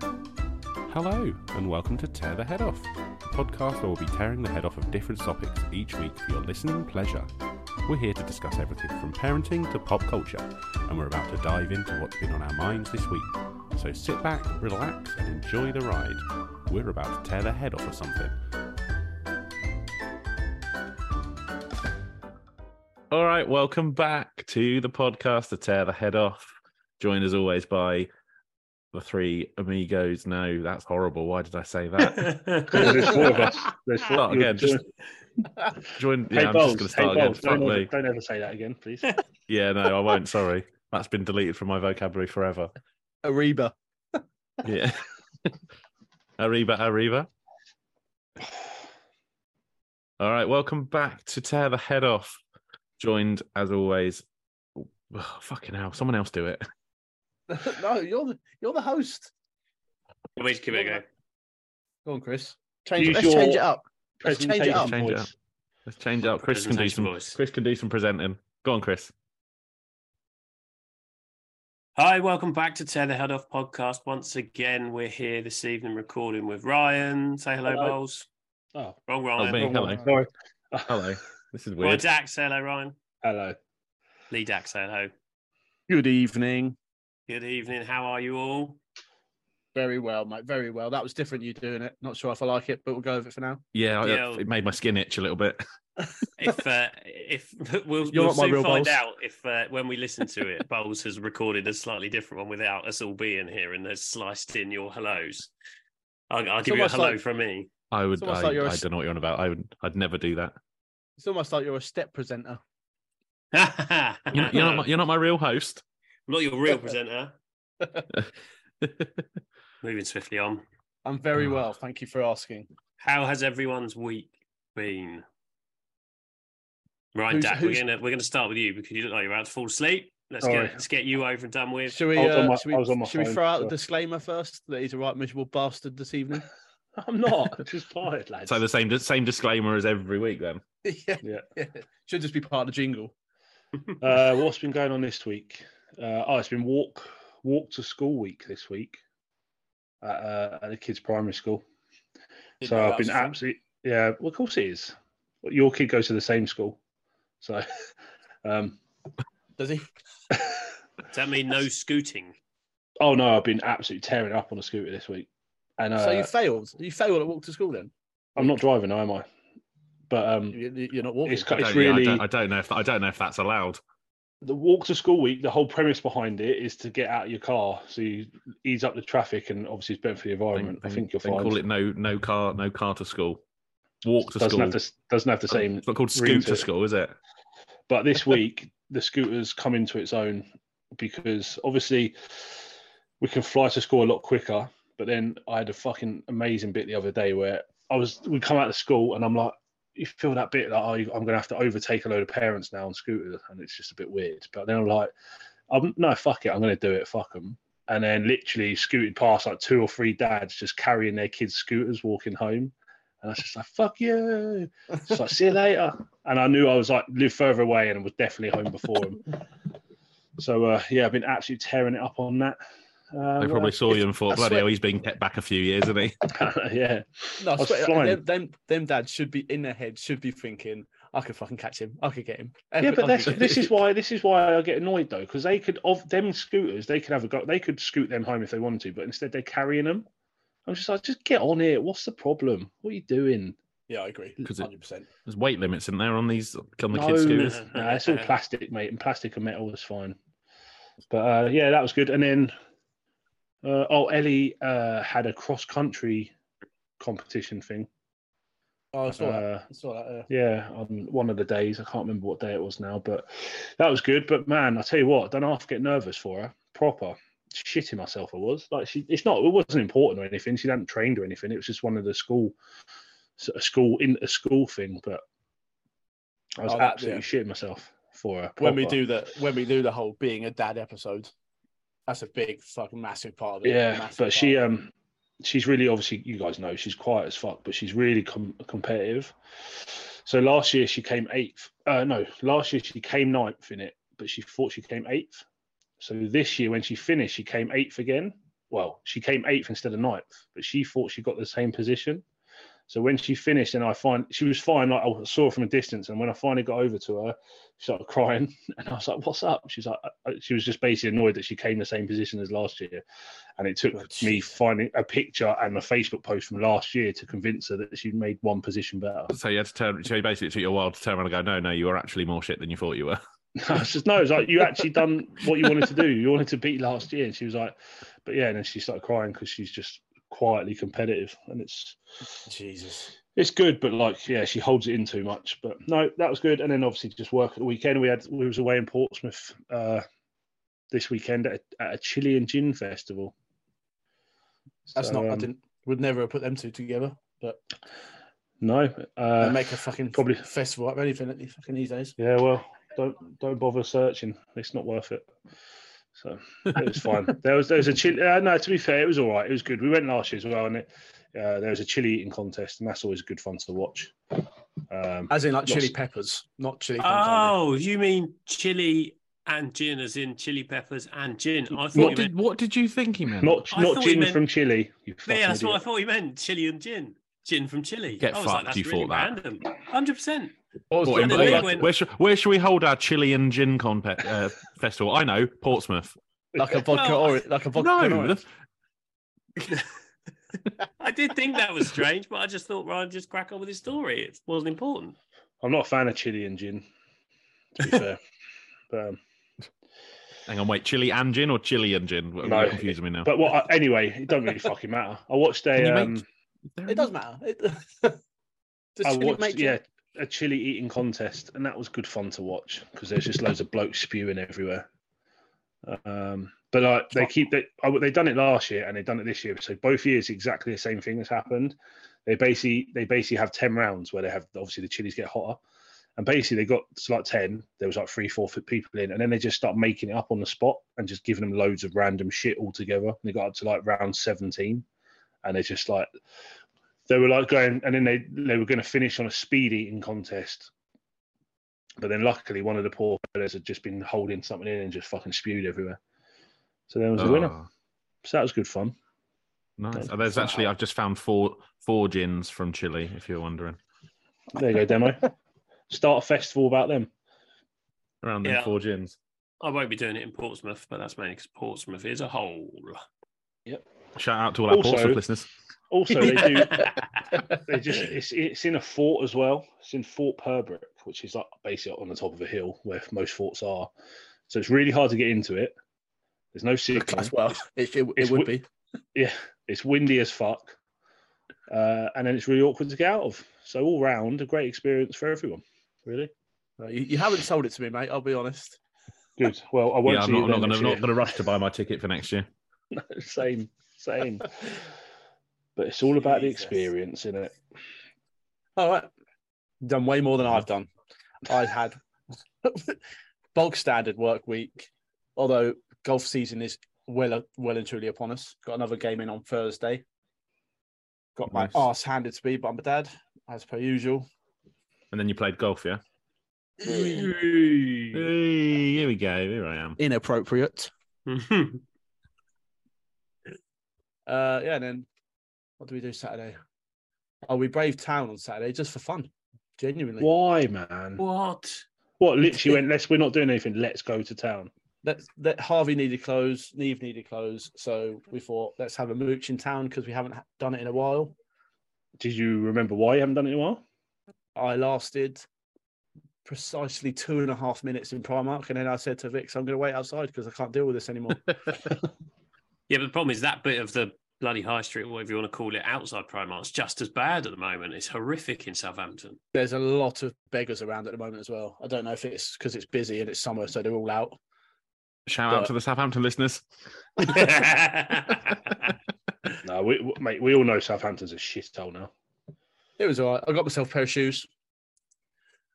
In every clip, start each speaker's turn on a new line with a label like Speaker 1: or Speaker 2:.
Speaker 1: Hello, and welcome to Tear the Head Off, the podcast where we'll be tearing the head off of different topics each week for your listening pleasure. We're here to discuss everything from parenting to pop culture, and we're about to dive into what's been on our minds this week. So sit back, relax, and enjoy the ride. We're about to tear the head off of something. All right, welcome back to the podcast to tear the head off. Joined as always by the three amigos. No, that's horrible. Why did I say that?
Speaker 2: There's four of us. There's four.
Speaker 1: Start
Speaker 2: you're
Speaker 1: again. Just join. Yeah,
Speaker 2: hey,
Speaker 1: I'm
Speaker 2: Bowles,
Speaker 1: just
Speaker 2: hey,
Speaker 1: going to start again.
Speaker 2: Bowles,
Speaker 1: Fuck
Speaker 2: don't, ever,
Speaker 1: me.
Speaker 2: don't ever say that again, please.
Speaker 1: Yeah, no, I won't. Sorry, that's been deleted from my vocabulary forever.
Speaker 3: Ariba.
Speaker 1: Yeah. Arriba, Arriba. All right, welcome back to Tear the Head Off. Joined as always. Oh, fucking hell, someone else do it.
Speaker 3: no, you're the you're the host.
Speaker 2: Let me just give it a go.
Speaker 3: Go on, Chris. Change,
Speaker 2: Use
Speaker 3: let's
Speaker 2: your
Speaker 3: change it up. Let's change it
Speaker 2: Presentation
Speaker 3: up.
Speaker 1: Change it up.
Speaker 2: voice.
Speaker 1: Let's change it up. Chris can do
Speaker 2: Presentation
Speaker 1: some.
Speaker 2: voice.
Speaker 1: Chris can do some presenting. Go on, Chris.
Speaker 2: Hi, welcome back to Tear the Head Off podcast. Once again, we're here this evening recording with Ryan. Say hello,
Speaker 3: Hello.
Speaker 2: Bowles.
Speaker 3: Oh,
Speaker 2: Wrong,
Speaker 1: Oh, me.
Speaker 2: Ryan.
Speaker 1: Hello.
Speaker 2: Sorry.
Speaker 1: Hello. This is
Speaker 2: Ryan
Speaker 1: weird.
Speaker 2: Dax, say hello, Ryan.
Speaker 3: hello.
Speaker 2: Lee Dax, say hello.
Speaker 4: Good evening.
Speaker 2: Good evening. How are you all?
Speaker 3: Very well, mate. Very well. That was different. You doing it? Not sure if I like it, but we'll go with it for now.
Speaker 1: Yeah, I-
Speaker 2: Yeah.
Speaker 1: it made my skin itch a little bit.
Speaker 2: If uh, if we'll,
Speaker 3: You're
Speaker 2: we'll
Speaker 3: not my
Speaker 2: soon
Speaker 3: real
Speaker 2: find
Speaker 3: Bowles.
Speaker 2: out if uh, when we listen to it, Bowles has recorded a slightly different one without us all being here and has sliced in your hellos. I'll, I'll
Speaker 3: It's
Speaker 2: give you a
Speaker 3: almost
Speaker 2: hello
Speaker 3: like-
Speaker 2: from me.
Speaker 1: I would. I,
Speaker 3: almost like you're a
Speaker 1: I
Speaker 3: s-
Speaker 1: don't know what you're on about. I would. I'd never do that.
Speaker 3: It's almost like you're a step presenter.
Speaker 1: You're not, you're not, my, you're not my real host.
Speaker 2: I'm not your real presenter. Moving swiftly on.
Speaker 3: I'm very
Speaker 1: Ah.
Speaker 3: well. Thank you for asking.
Speaker 2: How has everyone's week been? Right,
Speaker 3: Who's-
Speaker 2: Dak,
Speaker 3: who's-
Speaker 2: we're gonna we're gonna start with you because you look like you're about to fall asleep. Let's get
Speaker 3: Sorry.
Speaker 2: let's get you over and done with.
Speaker 3: Should we?
Speaker 2: I was on
Speaker 3: Uh,
Speaker 2: my-
Speaker 3: should
Speaker 2: I was on my
Speaker 3: we, should we
Speaker 2: phone,
Speaker 3: throw out the
Speaker 2: so-
Speaker 3: disclaimer first that he's a right miserable bastard this evening?
Speaker 2: I'm not.
Speaker 4: Just tired, lads.
Speaker 1: So the same same disclaimer as every week. Then
Speaker 3: yeah.
Speaker 4: Yeah.
Speaker 3: Should just be part of the jingle.
Speaker 4: uh, what's been going on this week? Uh, oh, it's been walk walk to school week this week at, uh, at the kids' primary school. so I've been absolutely yeah. Well, of course it is. Well, Your kid goes to the same school, so um,
Speaker 3: Does he?
Speaker 2: Does that mean no scooting?
Speaker 4: oh no, I've been absolutely tearing up on a scooter this week, and uh,
Speaker 3: so you failed. You failed at walk to school then.
Speaker 4: I'm not driving, am I? But um,
Speaker 3: You, you- you're not walking.
Speaker 4: it's
Speaker 1: I
Speaker 4: cut- it's
Speaker 1: don't- yeah, I
Speaker 4: really
Speaker 1: don't- I don't know if I don't know if that's allowed.
Speaker 4: the walk to school week, the whole premise behind it is to get out of your car, so you ease up the traffic, and obviously it's better for the environment. I think you'll
Speaker 1: then
Speaker 4: find.
Speaker 1: call it no no car no car to school. Walk to
Speaker 4: doesn't
Speaker 1: school.
Speaker 4: have the doesn't have the same.
Speaker 1: it's not called
Speaker 4: ring
Speaker 1: scoot
Speaker 4: to
Speaker 1: to
Speaker 4: it.
Speaker 1: school, is it?
Speaker 4: But this week, the scooters come into its own because obviously we can fly to school a lot quicker. But then I had a fucking amazing bit the other day where I was we come out of school and I'm like, you feel that bit like oh, I'm going to have to overtake a load of parents now on scooters, and it's just a bit weird. But then I'm like, I'm, no, fuck it, I'm going to do it, fuck them. And then literally scooted past like two or three dads just carrying their kids' scooters walking home, and I was just like, fuck you. It's like see you later and I knew I was like live further away and was definitely home before him. So uh, yeah, I've been absolutely tearing it up on that. Uh,
Speaker 1: They
Speaker 4: what
Speaker 1: probably saw you and
Speaker 3: I
Speaker 1: thought, bloody
Speaker 3: swear-
Speaker 1: hell, he's been kept back a few years, isn't he?
Speaker 4: else? Um, yeah,
Speaker 3: No, I
Speaker 4: was
Speaker 3: swear,
Speaker 4: flying.
Speaker 3: them, them, them dads should be in their head, should be thinking, I could fucking catch him. I could get him.
Speaker 4: yeah, but
Speaker 3: I
Speaker 4: that's,
Speaker 3: could get
Speaker 4: this
Speaker 3: him."
Speaker 4: is why this is why I get annoyed though because they could of them scooters they could have a go they could scoot them home if they wanted to, but instead they're carrying them. I'm just like, just get on it. What's the problem? What are you doing?
Speaker 3: Yeah, I agree.
Speaker 1: 'Cause it-
Speaker 3: 100%.
Speaker 1: There's weight limits in there on these on the
Speaker 4: no,
Speaker 1: kids'
Speaker 4: no,
Speaker 1: scooters.
Speaker 4: no, it's all plastic, mate, and plastic and metal is fine. But uh, yeah, that was good. And then, uh, oh, Ellie uh, had a cross country competition thing.
Speaker 3: Oh, I saw that.
Speaker 4: Uh,
Speaker 3: I saw that. yeah.
Speaker 4: yeah, on one of the days, I can't remember what day it was now, but that was good. But man, I tell you what, don't half get nervous for her. Proper shitting myself, I was like, she. It's not. It wasn't important or anything. She hadn't trained or anything. It was just one of the school, s- a school in a school thing. But I was
Speaker 3: Oh, that-
Speaker 4: absolutely shitting myself for her.
Speaker 3: When we
Speaker 4: proper.
Speaker 3: do the when we do the whole being a dad episode, that's a big fucking massive part of it.
Speaker 4: Yeah,
Speaker 3: massive
Speaker 4: but she
Speaker 3: part.
Speaker 4: um she's really obviously you guys know she's quiet as fuck, but she's really com- competitive. So last year she came eighth. Uh, no, last year she came ninth in it, but she thought she came eighth. So this year, when she finished, she came eighth again. Well, she came eighth instead of ninth, but she thought she got the same position. So when she finished, and I find she was fine. Like I saw her from a distance, and when I finally got over to her, she started crying, and I was like, "What's up?" She's like, I- she was just basically annoyed that she came the same position as last year, and it took
Speaker 3: Oh,
Speaker 4: me
Speaker 3: jeez.
Speaker 4: finding a picture and a Facebook post from last year to convince her that she'd made one position better.
Speaker 1: So you had to turn. So you basically took you a while to turn around and go, "No, no, you were actually more shit than you thought you were."
Speaker 4: I was just no, it's like you actually done what you wanted to do. You wanted to beat last year, and she was like, "But yeah," and then she started crying because she's just quietly competitive, and it's
Speaker 3: Jesus.
Speaker 4: it's good, but like yeah, she holds it in too much. But no, that was good, and then obviously just work at the weekend. We had we was away in Portsmouth uh, this weekend at a, at a Chilean gin festival.
Speaker 3: That's
Speaker 4: So,
Speaker 3: not. I
Speaker 4: um,
Speaker 3: didn't. Would never have put them two together. But
Speaker 4: no.
Speaker 3: they
Speaker 4: Uh,
Speaker 3: make a fucking
Speaker 4: probably-
Speaker 3: probably festival out of anything at the fucking these days.
Speaker 4: yeah, well, don't don't bother searching. It's not worth it. So it was fine. There was there was a chili. Uh, no, to be fair, it was all right. It was good. We went last year as well, and it, uh, there was a chili eating contest, and that's always good fun to watch. Um,
Speaker 3: As in like chili
Speaker 4: Lots-
Speaker 3: peppers, not chili.
Speaker 2: Oh, you mean chili and gin, as in chili peppers and gin? I
Speaker 1: What
Speaker 2: thought you meant.
Speaker 1: did What did you think he meant?
Speaker 4: not
Speaker 2: I
Speaker 4: not
Speaker 2: thought you
Speaker 4: gin
Speaker 2: meant-
Speaker 4: from Chile. You fucking
Speaker 2: Yeah, that's what I
Speaker 4: idiot.
Speaker 2: thought you meant. Chili and gin, gin from Chile.
Speaker 1: Get
Speaker 2: I was
Speaker 1: fucked,
Speaker 2: Like, that's
Speaker 1: you
Speaker 2: really
Speaker 1: thought that.
Speaker 2: random. Hundred percent.
Speaker 3: What
Speaker 1: Brought
Speaker 2: was
Speaker 1: him
Speaker 2: the
Speaker 1: back.
Speaker 2: other one?
Speaker 1: where, should, where should we hold our Chilean gin compe- uh, festival? I know Portsmouth.
Speaker 3: like a vodka
Speaker 2: Well,
Speaker 3: or like a vodka.
Speaker 1: no,
Speaker 3: orange.
Speaker 1: that's-
Speaker 2: I did think that was strange, but I just thought Ryan just crack on with his story. It wasn't important.
Speaker 4: I'm not a fan of chili and gin, to be fair. But, um,
Speaker 1: hang on, wait, Chile and gin or Chile and gin?
Speaker 4: No.
Speaker 1: You're confusing me now.
Speaker 4: but what? I, anyway, it don't really fucking matter. I watched
Speaker 1: Can you
Speaker 4: a
Speaker 1: make-
Speaker 4: um,
Speaker 3: it does matter. It, Does
Speaker 4: I
Speaker 3: chili
Speaker 4: watched
Speaker 3: make
Speaker 4: yeah
Speaker 3: you-
Speaker 4: a chili eating contest, and that was good fun to watch because there's just loads of blokes spewing everywhere. Um, but like they keep they I w- they done it last year and they done it this year, so both years exactly the same thing has happened. They basically they basically have ten rounds where they have obviously the chilies get hotter, and basically they got to like ten. There was like three four foot people in, and then they just start making it up on the spot and just giving them loads of random shit altogether. And they got up to like round seventeen, and they're just like they were like going, and then they they were going to finish on a speed eating contest. But then luckily, one of the poor fellas had just been holding something in and just fucking spewed everywhere. So there was a winner.
Speaker 1: Oh,
Speaker 4: So that was good fun.
Speaker 1: nice.
Speaker 4: Don't-
Speaker 1: Oh, there's actually I've just found four four gins from Chile. If you're wondering,
Speaker 4: There you go, demo. Start a festival about them.
Speaker 1: around them
Speaker 2: Yeah.
Speaker 1: four gins.
Speaker 2: I won't be doing it in Portsmouth, but that's mainly because Portsmouth is a hole.
Speaker 1: Shout out to all our
Speaker 4: Also-
Speaker 1: Portsmouth listeners.
Speaker 4: Also, they do. They just it's it's in a fort as well. It's in Fort Purbrick, which is like basically on the top of a hill where most forts are. So it's really hard to get into it. There's no signal.
Speaker 3: As well, it, it, it
Speaker 4: It's
Speaker 3: would be.
Speaker 4: Yeah, it's windy as fuck. Uh, and then it's really awkward to get out of. So all round, a great experience for everyone. Really
Speaker 3: No, Uh, You, you haven't sold it to me, mate. I'll be honest.
Speaker 4: good. Well, I won't
Speaker 1: Yeah, I'm
Speaker 4: see
Speaker 1: not,
Speaker 4: you
Speaker 1: I'm not
Speaker 4: then
Speaker 1: gonna
Speaker 4: next
Speaker 1: not
Speaker 4: year.
Speaker 1: gonna rush to buy my ticket for next year.
Speaker 4: same, same. but it's all about the
Speaker 3: Jesus.
Speaker 4: experience, isn't it?
Speaker 3: All right. Done way more than I've done. I've had bulk standard work week, although golf season is well well and truly upon us. Got another game in on Thursday. Got my
Speaker 1: Nice.
Speaker 3: arse handed to me by my dad, as per usual.
Speaker 1: And then you played golf, yeah?
Speaker 2: Mhm.
Speaker 1: Hey, here we go. Here I am.
Speaker 3: Inappropriate. Uh, yeah, and then what do we do Saturday? Oh, we brave town on Saturday just for fun, genuinely.
Speaker 4: Why, man? What?
Speaker 2: what?
Speaker 4: literally went? Let's. We're not doing anything. Let's go to town.
Speaker 3: that that Harvey needed clothes, Neve needed clothes, so we thought let's have a mooch in town because we haven't ha- done it in a while.
Speaker 4: Did you remember why you haven't done it in a while?
Speaker 3: I lasted precisely two and a half minutes in Primark, and then I said to Vix, "I'm going to wait outside because I can't deal with this anymore."
Speaker 2: Yeah, but the problem is that bit of the bloody high street, or whatever you want to call it, outside Primark's just as bad at the moment. It's horrific in Southampton.
Speaker 3: There's a lot of beggars around at the moment as well. I don't know if it's because it's busy and it's summer, so they're all out.
Speaker 1: Shout out
Speaker 3: But-
Speaker 1: to the Southampton listeners.
Speaker 4: No, we, we- mate. We all know Southampton's a shithole now.
Speaker 3: It was all right. I got myself a pair of shoes.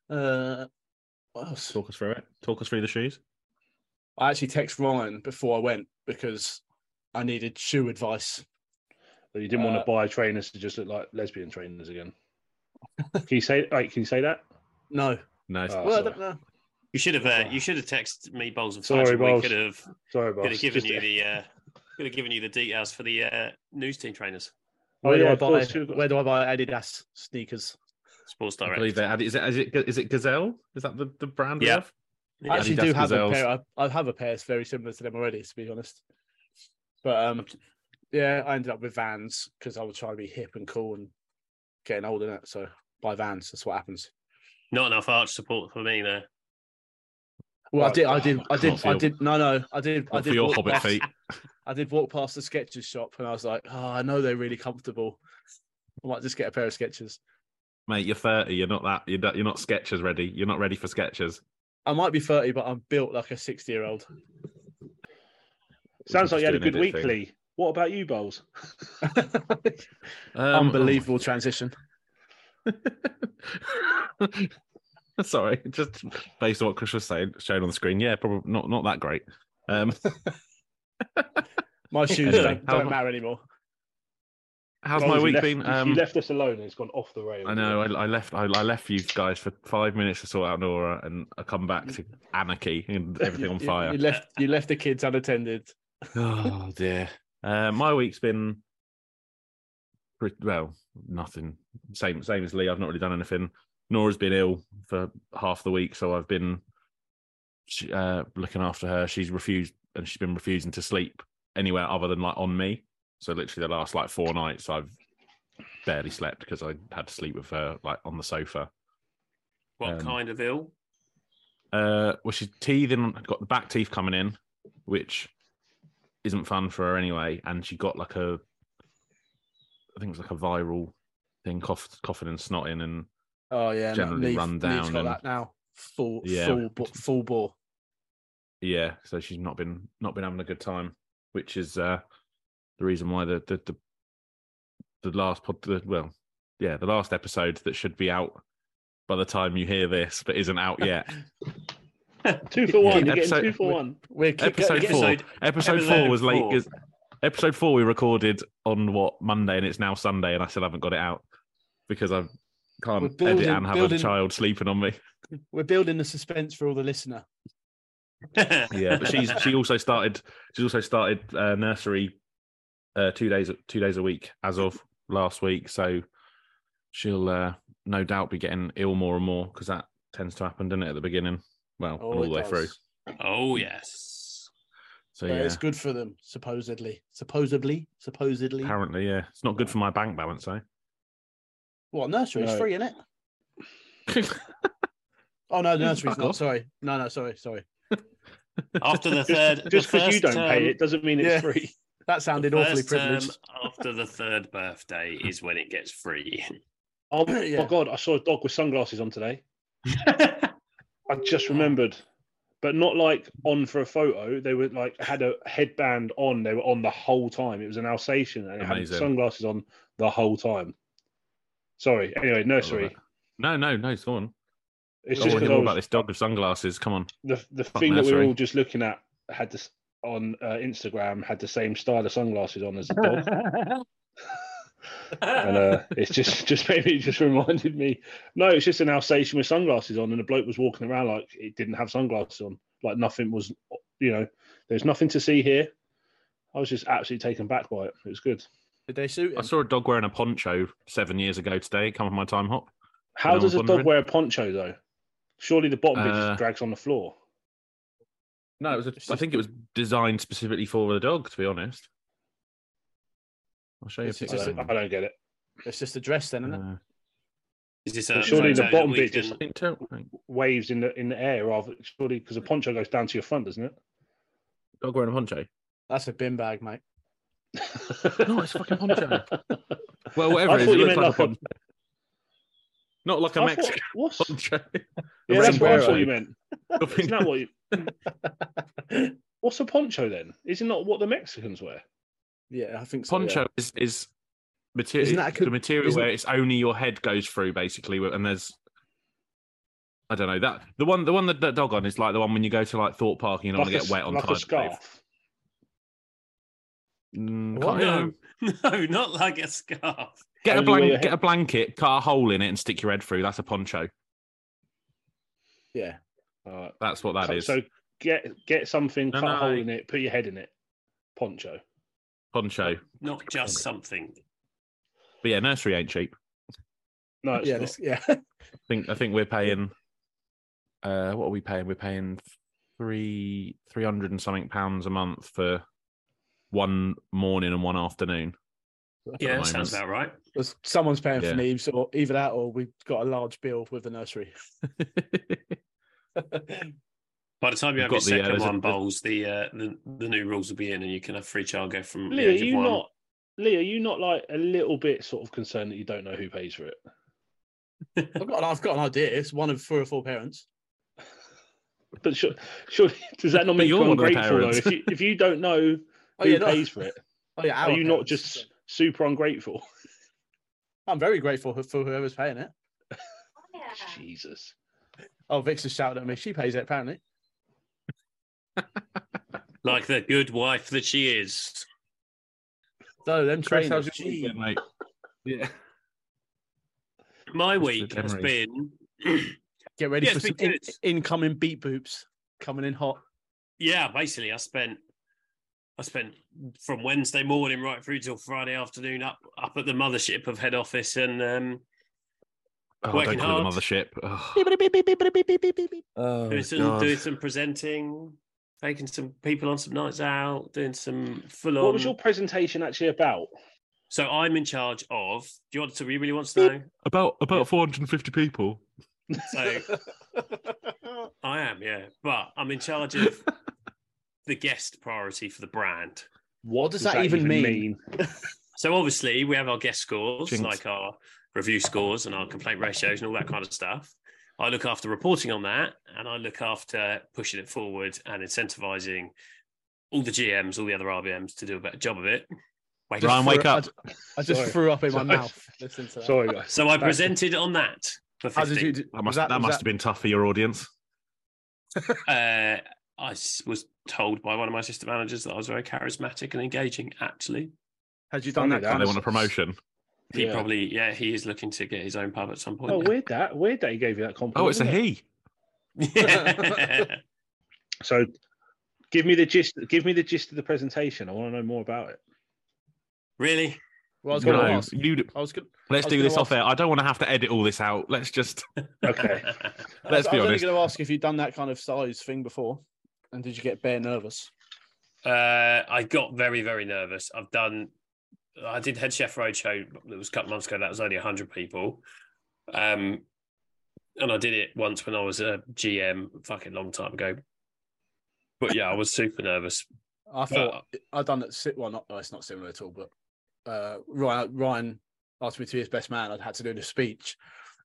Speaker 3: Uh, what else?
Speaker 1: Talk us through it. Talk us through the shoes.
Speaker 3: I actually text Ryan before I went because I needed shoe advice.
Speaker 4: That you didn't want
Speaker 3: Uh,
Speaker 4: to buy trainers to just look like lesbian trainers again. can you say? Like, can you say that?
Speaker 3: No,
Speaker 1: No,
Speaker 3: well, I
Speaker 4: Oh, sorry.
Speaker 3: don't know.
Speaker 2: You should have. Uh, you should have texted me bowls and
Speaker 4: Sorry,
Speaker 2: Fudge, and We
Speaker 4: Bowls.
Speaker 2: could have
Speaker 4: Sorry, boss.
Speaker 2: could have given
Speaker 4: Just-
Speaker 2: you the uh, could have given you the details for the uh, news team trainers.
Speaker 4: Oh,
Speaker 3: Where do
Speaker 4: yeah,
Speaker 3: I
Speaker 4: of
Speaker 3: buy?
Speaker 4: course, you've got-
Speaker 3: Where do I buy Adidas sneakers?
Speaker 2: Sports
Speaker 5: I
Speaker 2: Direct.
Speaker 5: believe they added. Is it, is it is it Gazelle? Is that the, the brand? we
Speaker 2: Yeah.
Speaker 5: have?
Speaker 3: I
Speaker 2: Yeah.
Speaker 3: actually
Speaker 5: Adidas
Speaker 3: do have
Speaker 5: Gazelles.
Speaker 3: a pair. I, I have a pair that's very similar to them already, to be honest. But um, yeah, I ended up with Vans because I was trying to be hip and cool and getting old in it. So buy Vans. That's what happens.
Speaker 2: Not enough arch support for me there.
Speaker 3: Well, I
Speaker 4: Right.
Speaker 3: did. I did. I
Speaker 5: Not
Speaker 3: did.
Speaker 5: for
Speaker 3: I
Speaker 5: your-
Speaker 3: did. No, no. I did. I
Speaker 5: Not for
Speaker 3: did.
Speaker 5: your
Speaker 3: walk
Speaker 5: hobbit
Speaker 3: past-
Speaker 5: feet.
Speaker 3: I did walk past the Skechers shop and I was like, oh, I know they're really comfortable. I might just get a pair of Skechers.
Speaker 5: Mate, you're 30. You're not that. You're not, you're not sketches ready. You're not ready for sketches.
Speaker 3: I might be 30, but I'm built like a 60 year old.
Speaker 4: Sounds like you had a
Speaker 5: Doing
Speaker 4: good
Speaker 5: a bit thing.
Speaker 4: weekly. What about you, Bowles? Um,
Speaker 5: Um,
Speaker 3: Unbelievable transition.
Speaker 5: Sorry, just based on what Chris was saying, shown on the screen. Yeah, probably not not that great. Um,
Speaker 3: My shoes
Speaker 5: Anyway,
Speaker 3: don't,
Speaker 5: how-
Speaker 3: don't matter anymore.
Speaker 5: how's
Speaker 4: Bowles,
Speaker 5: my
Speaker 4: you
Speaker 5: week
Speaker 4: left-
Speaker 5: been?
Speaker 4: you-
Speaker 5: Um,
Speaker 4: you left us alone. and It's gone off the rails.
Speaker 5: I know. I, I left. I, I left you guys for five minutes to sort out Nora, and I come back to anarchy and everything on
Speaker 3: You-
Speaker 5: fire.
Speaker 3: You, left. You left the kids unattended.
Speaker 5: oh dear. Uh, my week's been pretty, well, nothing. Same same as Lee. I've not really done anything. Nora's been ill for half the week, so I've been she- uh, looking after her. She's refused, and she's been refusing to sleep anywhere other than like on me. So literally, the last like four nights, I've barely slept because I had to sleep with her like on the sofa.
Speaker 2: What
Speaker 5: Um,
Speaker 2: kind of ill?
Speaker 5: Uh, well, she's teething. Got the back teeth coming in, which isn't fun for her anyway. And she got like a, I think it was like a viral thing, cough, coughing and snotting, and
Speaker 3: Oh yeah,
Speaker 5: Generally
Speaker 3: Neve-
Speaker 5: run
Speaker 3: Neve's
Speaker 5: down
Speaker 3: got
Speaker 5: and-
Speaker 3: that now. Full,
Speaker 5: Yeah.
Speaker 3: full, bo- full bore.
Speaker 5: yeah. So she's not been not been having a good time, which is uh the reason why the the the, the last pod, the, well, yeah, the last episode that should be out by the time you hear this, but isn't out yet.
Speaker 4: Two for one. You're
Speaker 5: Episode-
Speaker 4: getting two for one.
Speaker 3: We're keep-
Speaker 5: episode
Speaker 3: get-
Speaker 5: four.
Speaker 2: episode-
Speaker 5: Episode, four was
Speaker 2: episode
Speaker 5: late.
Speaker 2: four.
Speaker 5: Is, episode four we recorded on what Monday, and it's now Sunday, and I still haven't got it out because I
Speaker 3: We're
Speaker 5: can't
Speaker 3: building-
Speaker 5: edit and have
Speaker 3: building-
Speaker 5: a child sleeping on me.
Speaker 3: We're building the suspense for all the listener.
Speaker 5: Yeah, but she's she also started. She's also started uh, nursery uh, two days two days a week as of last week. So she'll uh, no doubt be getting ill more and more because that tends to happen, doesn't it, at the beginning? Well, and all
Speaker 3: Oh, it
Speaker 5: the way
Speaker 3: does.
Speaker 5: through.
Speaker 2: Oh yes.
Speaker 5: So
Speaker 3: But
Speaker 5: yeah,
Speaker 3: it's good for them, supposedly. Supposedly, supposedly.
Speaker 5: apparently, yeah, it's not good for my bank balance, eh?
Speaker 3: What nursery? It's
Speaker 4: No.
Speaker 3: free, is it? Oh no, the nursery's
Speaker 5: Fuck
Speaker 3: not.
Speaker 5: off.
Speaker 3: Sorry, no, no, sorry, sorry.
Speaker 2: After the third,
Speaker 4: Just
Speaker 2: the
Speaker 4: because you
Speaker 2: first
Speaker 4: don't
Speaker 2: term-
Speaker 4: pay it doesn't mean it's
Speaker 3: yeah.
Speaker 4: free.
Speaker 3: That sounded awfully
Speaker 5: um,
Speaker 2: first term
Speaker 3: privileged.
Speaker 2: after the third birthday is when it gets free.
Speaker 4: Oh
Speaker 3: Yeah.
Speaker 4: my god! I saw a dog with sunglasses on today. I just remembered, but not like on for a photo. They were like had a headband on. They were on the whole time. It was an Alsatian and it had
Speaker 5: Amazing.
Speaker 4: sunglasses on the whole time. Sorry. Anyway, nursery.
Speaker 5: it. No, no, no, it's gone.
Speaker 4: It's
Speaker 5: I
Speaker 4: just
Speaker 5: want to hear
Speaker 4: because
Speaker 5: all about this dog with sunglasses. Come on.
Speaker 4: the the
Speaker 5: Fuck
Speaker 4: thing that we were
Speaker 5: nursery.
Speaker 4: all just looking at had this on uh, Instagram had the same style of sunglasses on as the dog. and uh, it's just just maybe it just reminded me. No, it's just an Alsatian with sunglasses on, and the bloke was walking around like it didn't have sunglasses on, like nothing was, you know, there's nothing to see here. I was just absolutely taken back by it. It was good.
Speaker 3: Did they suit
Speaker 5: I
Speaker 3: him?
Speaker 5: saw a dog wearing a poncho seven years ago today. Come on my time hop.
Speaker 4: How
Speaker 5: And I
Speaker 4: does a
Speaker 5: was
Speaker 4: dog
Speaker 5: wondering-
Speaker 4: wear a poncho though? Surely the bottom bit
Speaker 5: Uh,
Speaker 4: just drags on the floor.
Speaker 5: No, it was.
Speaker 3: It's
Speaker 5: A, I
Speaker 3: just-
Speaker 5: think it was designed specifically for the dog. To be honest, I'll show you a
Speaker 3: It's
Speaker 5: picture.
Speaker 4: I
Speaker 3: just-
Speaker 5: soon.
Speaker 4: don't, I don't get it.
Speaker 3: It's just a dress, then, isn't it?
Speaker 5: Uh,
Speaker 2: Is this a
Speaker 4: Surely the
Speaker 2: photo that
Speaker 4: bottom
Speaker 2: we
Speaker 4: bit
Speaker 2: can-
Speaker 4: just-
Speaker 5: I don't think-
Speaker 4: Waves in the in the air, rather surely because a poncho goes down to your front, doesn't it?
Speaker 5: dog wearing a poncho.
Speaker 3: That's a bin bag, mate.
Speaker 5: No, it's fucking poncho. Well, whatever
Speaker 4: I
Speaker 5: it is,
Speaker 4: thought
Speaker 5: it
Speaker 4: you
Speaker 5: looks like
Speaker 4: meant
Speaker 5: a
Speaker 4: like a-
Speaker 5: poncho. Not like a
Speaker 4: I thought,
Speaker 5: Mexican
Speaker 4: what's
Speaker 5: poncho.
Speaker 4: yeah, that's what I
Speaker 3: sombrero.
Speaker 4: thought you meant. Isn't that what you? What's a poncho then? Is it not what the Mexicans wear?
Speaker 3: Yeah, I think so. yeah.
Speaker 5: poncho is is material.
Speaker 3: Isn't that a co-
Speaker 5: the material
Speaker 3: isn't-
Speaker 5: where it's only your head goes through, basically, where- and there's. I don't know that the one the one that, that dog on is like the one when you go to like Thorpe Park and you don't
Speaker 4: Like
Speaker 5: want to
Speaker 4: a-
Speaker 5: get wet on
Speaker 4: like
Speaker 5: time.
Speaker 4: a scarf.
Speaker 5: Mm,
Speaker 3: What?
Speaker 5: can't-
Speaker 2: No, no, not like a scarf.
Speaker 5: Get a
Speaker 4: Only wear your
Speaker 5: blanket,
Speaker 4: head-
Speaker 5: get a blanket, cut a hole in it, and stick your head through. That's a poncho.
Speaker 3: Yeah.
Speaker 4: All right.
Speaker 5: That's what that
Speaker 4: so,
Speaker 5: is.
Speaker 4: so get get something,
Speaker 5: No,
Speaker 4: cut
Speaker 5: no,
Speaker 4: a hole
Speaker 5: I-
Speaker 4: in it, put your head in it. Poncho.
Speaker 5: Poncho.
Speaker 2: Not just something.
Speaker 5: But yeah, nursery ain't cheap.
Speaker 4: No, it's
Speaker 3: yeah,
Speaker 4: not.
Speaker 3: this, yeah.
Speaker 5: I think I think we're paying. Uh, what are we paying? We're paying three three hundred and something pounds a month for one morning and one afternoon.
Speaker 2: Yeah,
Speaker 5: the moment.
Speaker 2: sounds about right.
Speaker 3: There's- Someone's paying
Speaker 5: Yeah.
Speaker 3: for Neves, or either that, or we've got a large bill with the nursery.
Speaker 2: By the time you
Speaker 5: You've
Speaker 2: have
Speaker 5: got
Speaker 2: your
Speaker 5: the, uh,
Speaker 2: second
Speaker 5: there's a-
Speaker 2: one bowls, the, uh, the the new rules will be in, and you can have free childcare from the
Speaker 4: Lee,
Speaker 2: age
Speaker 4: are
Speaker 2: of
Speaker 4: you
Speaker 2: one.
Speaker 4: not? Lee, are you not like a little bit sort of concerned that you don't know who pays for it?
Speaker 3: I've got, I've got an idea. It's one of three or four parents.
Speaker 4: But sure, sure. Does that not
Speaker 5: But
Speaker 4: make you
Speaker 5: you're one of the
Speaker 4: ungrateful though?
Speaker 5: parents.
Speaker 4: If you, if you don't know
Speaker 3: Oh
Speaker 4: who
Speaker 3: yeah, no-
Speaker 4: pays for it,
Speaker 3: oh, yeah,
Speaker 4: are
Speaker 3: our
Speaker 4: you not
Speaker 3: parents.
Speaker 4: just super ungrateful?
Speaker 3: I'm very grateful for whoever's paying it.
Speaker 4: Jesus.
Speaker 3: Oh, Vix has shouted at me. She pays it apparently.
Speaker 2: Like the good wife that she is.
Speaker 3: So them
Speaker 5: Chris, how's
Speaker 3: trainers.
Speaker 5: your week been,
Speaker 3: gee.
Speaker 5: mate? Yeah.
Speaker 2: My
Speaker 5: Just
Speaker 2: week
Speaker 5: the
Speaker 2: has been,
Speaker 3: Get ready
Speaker 2: Yeah,
Speaker 3: for
Speaker 2: it's
Speaker 3: some
Speaker 2: been
Speaker 3: in-
Speaker 2: good.
Speaker 3: incoming beat boops coming in hot.
Speaker 2: yeah, basically, I spent. I spent from Wednesday morning right through till Friday afternoon up up at the mothership of head office and um,
Speaker 5: Oh,
Speaker 2: Working
Speaker 5: don't call
Speaker 2: hard.
Speaker 5: it the mothership. Oh.
Speaker 4: Oh,
Speaker 2: doing, some, doing some presenting, taking some people on some nights out, doing some full on.
Speaker 4: What
Speaker 5: um,
Speaker 4: was your presentation actually about?
Speaker 2: So I'm in charge of. Do you want to? You really want to know?
Speaker 5: About about 450 people.
Speaker 2: So I am, yeah, but I'm in charge of the guest priority for the brand.
Speaker 4: What
Speaker 3: does that even mean?
Speaker 2: So obviously we have our guest scores,
Speaker 5: Jinx.
Speaker 2: like our review scores and our complaint ratios and all that kind of stuff. I look after reporting on that, and I look after pushing it forward and incentivizing all the GMs, all the other RBMs to do a better job of it. Wake
Speaker 5: Ryan,
Speaker 2: up.
Speaker 5: wake
Speaker 3: threw-
Speaker 5: up.
Speaker 3: I just
Speaker 4: Sorry.
Speaker 3: threw up in my
Speaker 4: Sorry.
Speaker 3: mouth. Listen to that.
Speaker 4: Sorry, guys.
Speaker 2: So I presented on that for 50.
Speaker 3: How did you? do-
Speaker 5: That
Speaker 3: was
Speaker 5: must that,
Speaker 3: was
Speaker 5: must have been tough for your audience.
Speaker 2: uh, I s- was told by one of my assistant managers that I was very charismatic and engaging. Actually,
Speaker 3: Had you done
Speaker 4: Funny
Speaker 3: that?
Speaker 4: that.
Speaker 5: And
Speaker 3: kind
Speaker 5: they
Speaker 3: of-
Speaker 5: want a promotion.
Speaker 2: he
Speaker 4: Yeah.
Speaker 2: probably, yeah, he is looking to get his own pub at some point.
Speaker 4: Oh,
Speaker 2: yeah.
Speaker 4: weird that. Weird that he gave you that compliment.
Speaker 5: Oh, it's a
Speaker 4: wasn't it?
Speaker 5: he.
Speaker 2: Yeah.
Speaker 4: So give me the gist give me the gist of the presentation. I want to know more about it.
Speaker 2: really?
Speaker 3: Well, I was going to
Speaker 5: No,
Speaker 3: ask.
Speaker 5: you.
Speaker 3: I was going.
Speaker 5: Let's
Speaker 3: I was
Speaker 5: do
Speaker 3: gonna
Speaker 5: this off
Speaker 3: ask-
Speaker 5: air. I don't want to have to edit all this out. Let's just.
Speaker 4: Okay.
Speaker 5: Let's
Speaker 3: I
Speaker 5: be
Speaker 3: was
Speaker 5: honest.
Speaker 3: going to ask if you'd done that kind of size thing before, and did you get bare nervous?
Speaker 2: Uh, I got very, very nervous. I've done, I did Head Chef Roadshow that was a couple months ago. That was only 100 people. Um, and I did it once when I was a GM a fucking long time ago. But yeah, I was super nervous.
Speaker 3: I
Speaker 2: But
Speaker 3: thought I'd done that. si- Well, not no, it's not similar at all. But uh, Ryan, Ryan asked me to be his best man. I'd had to do the speech.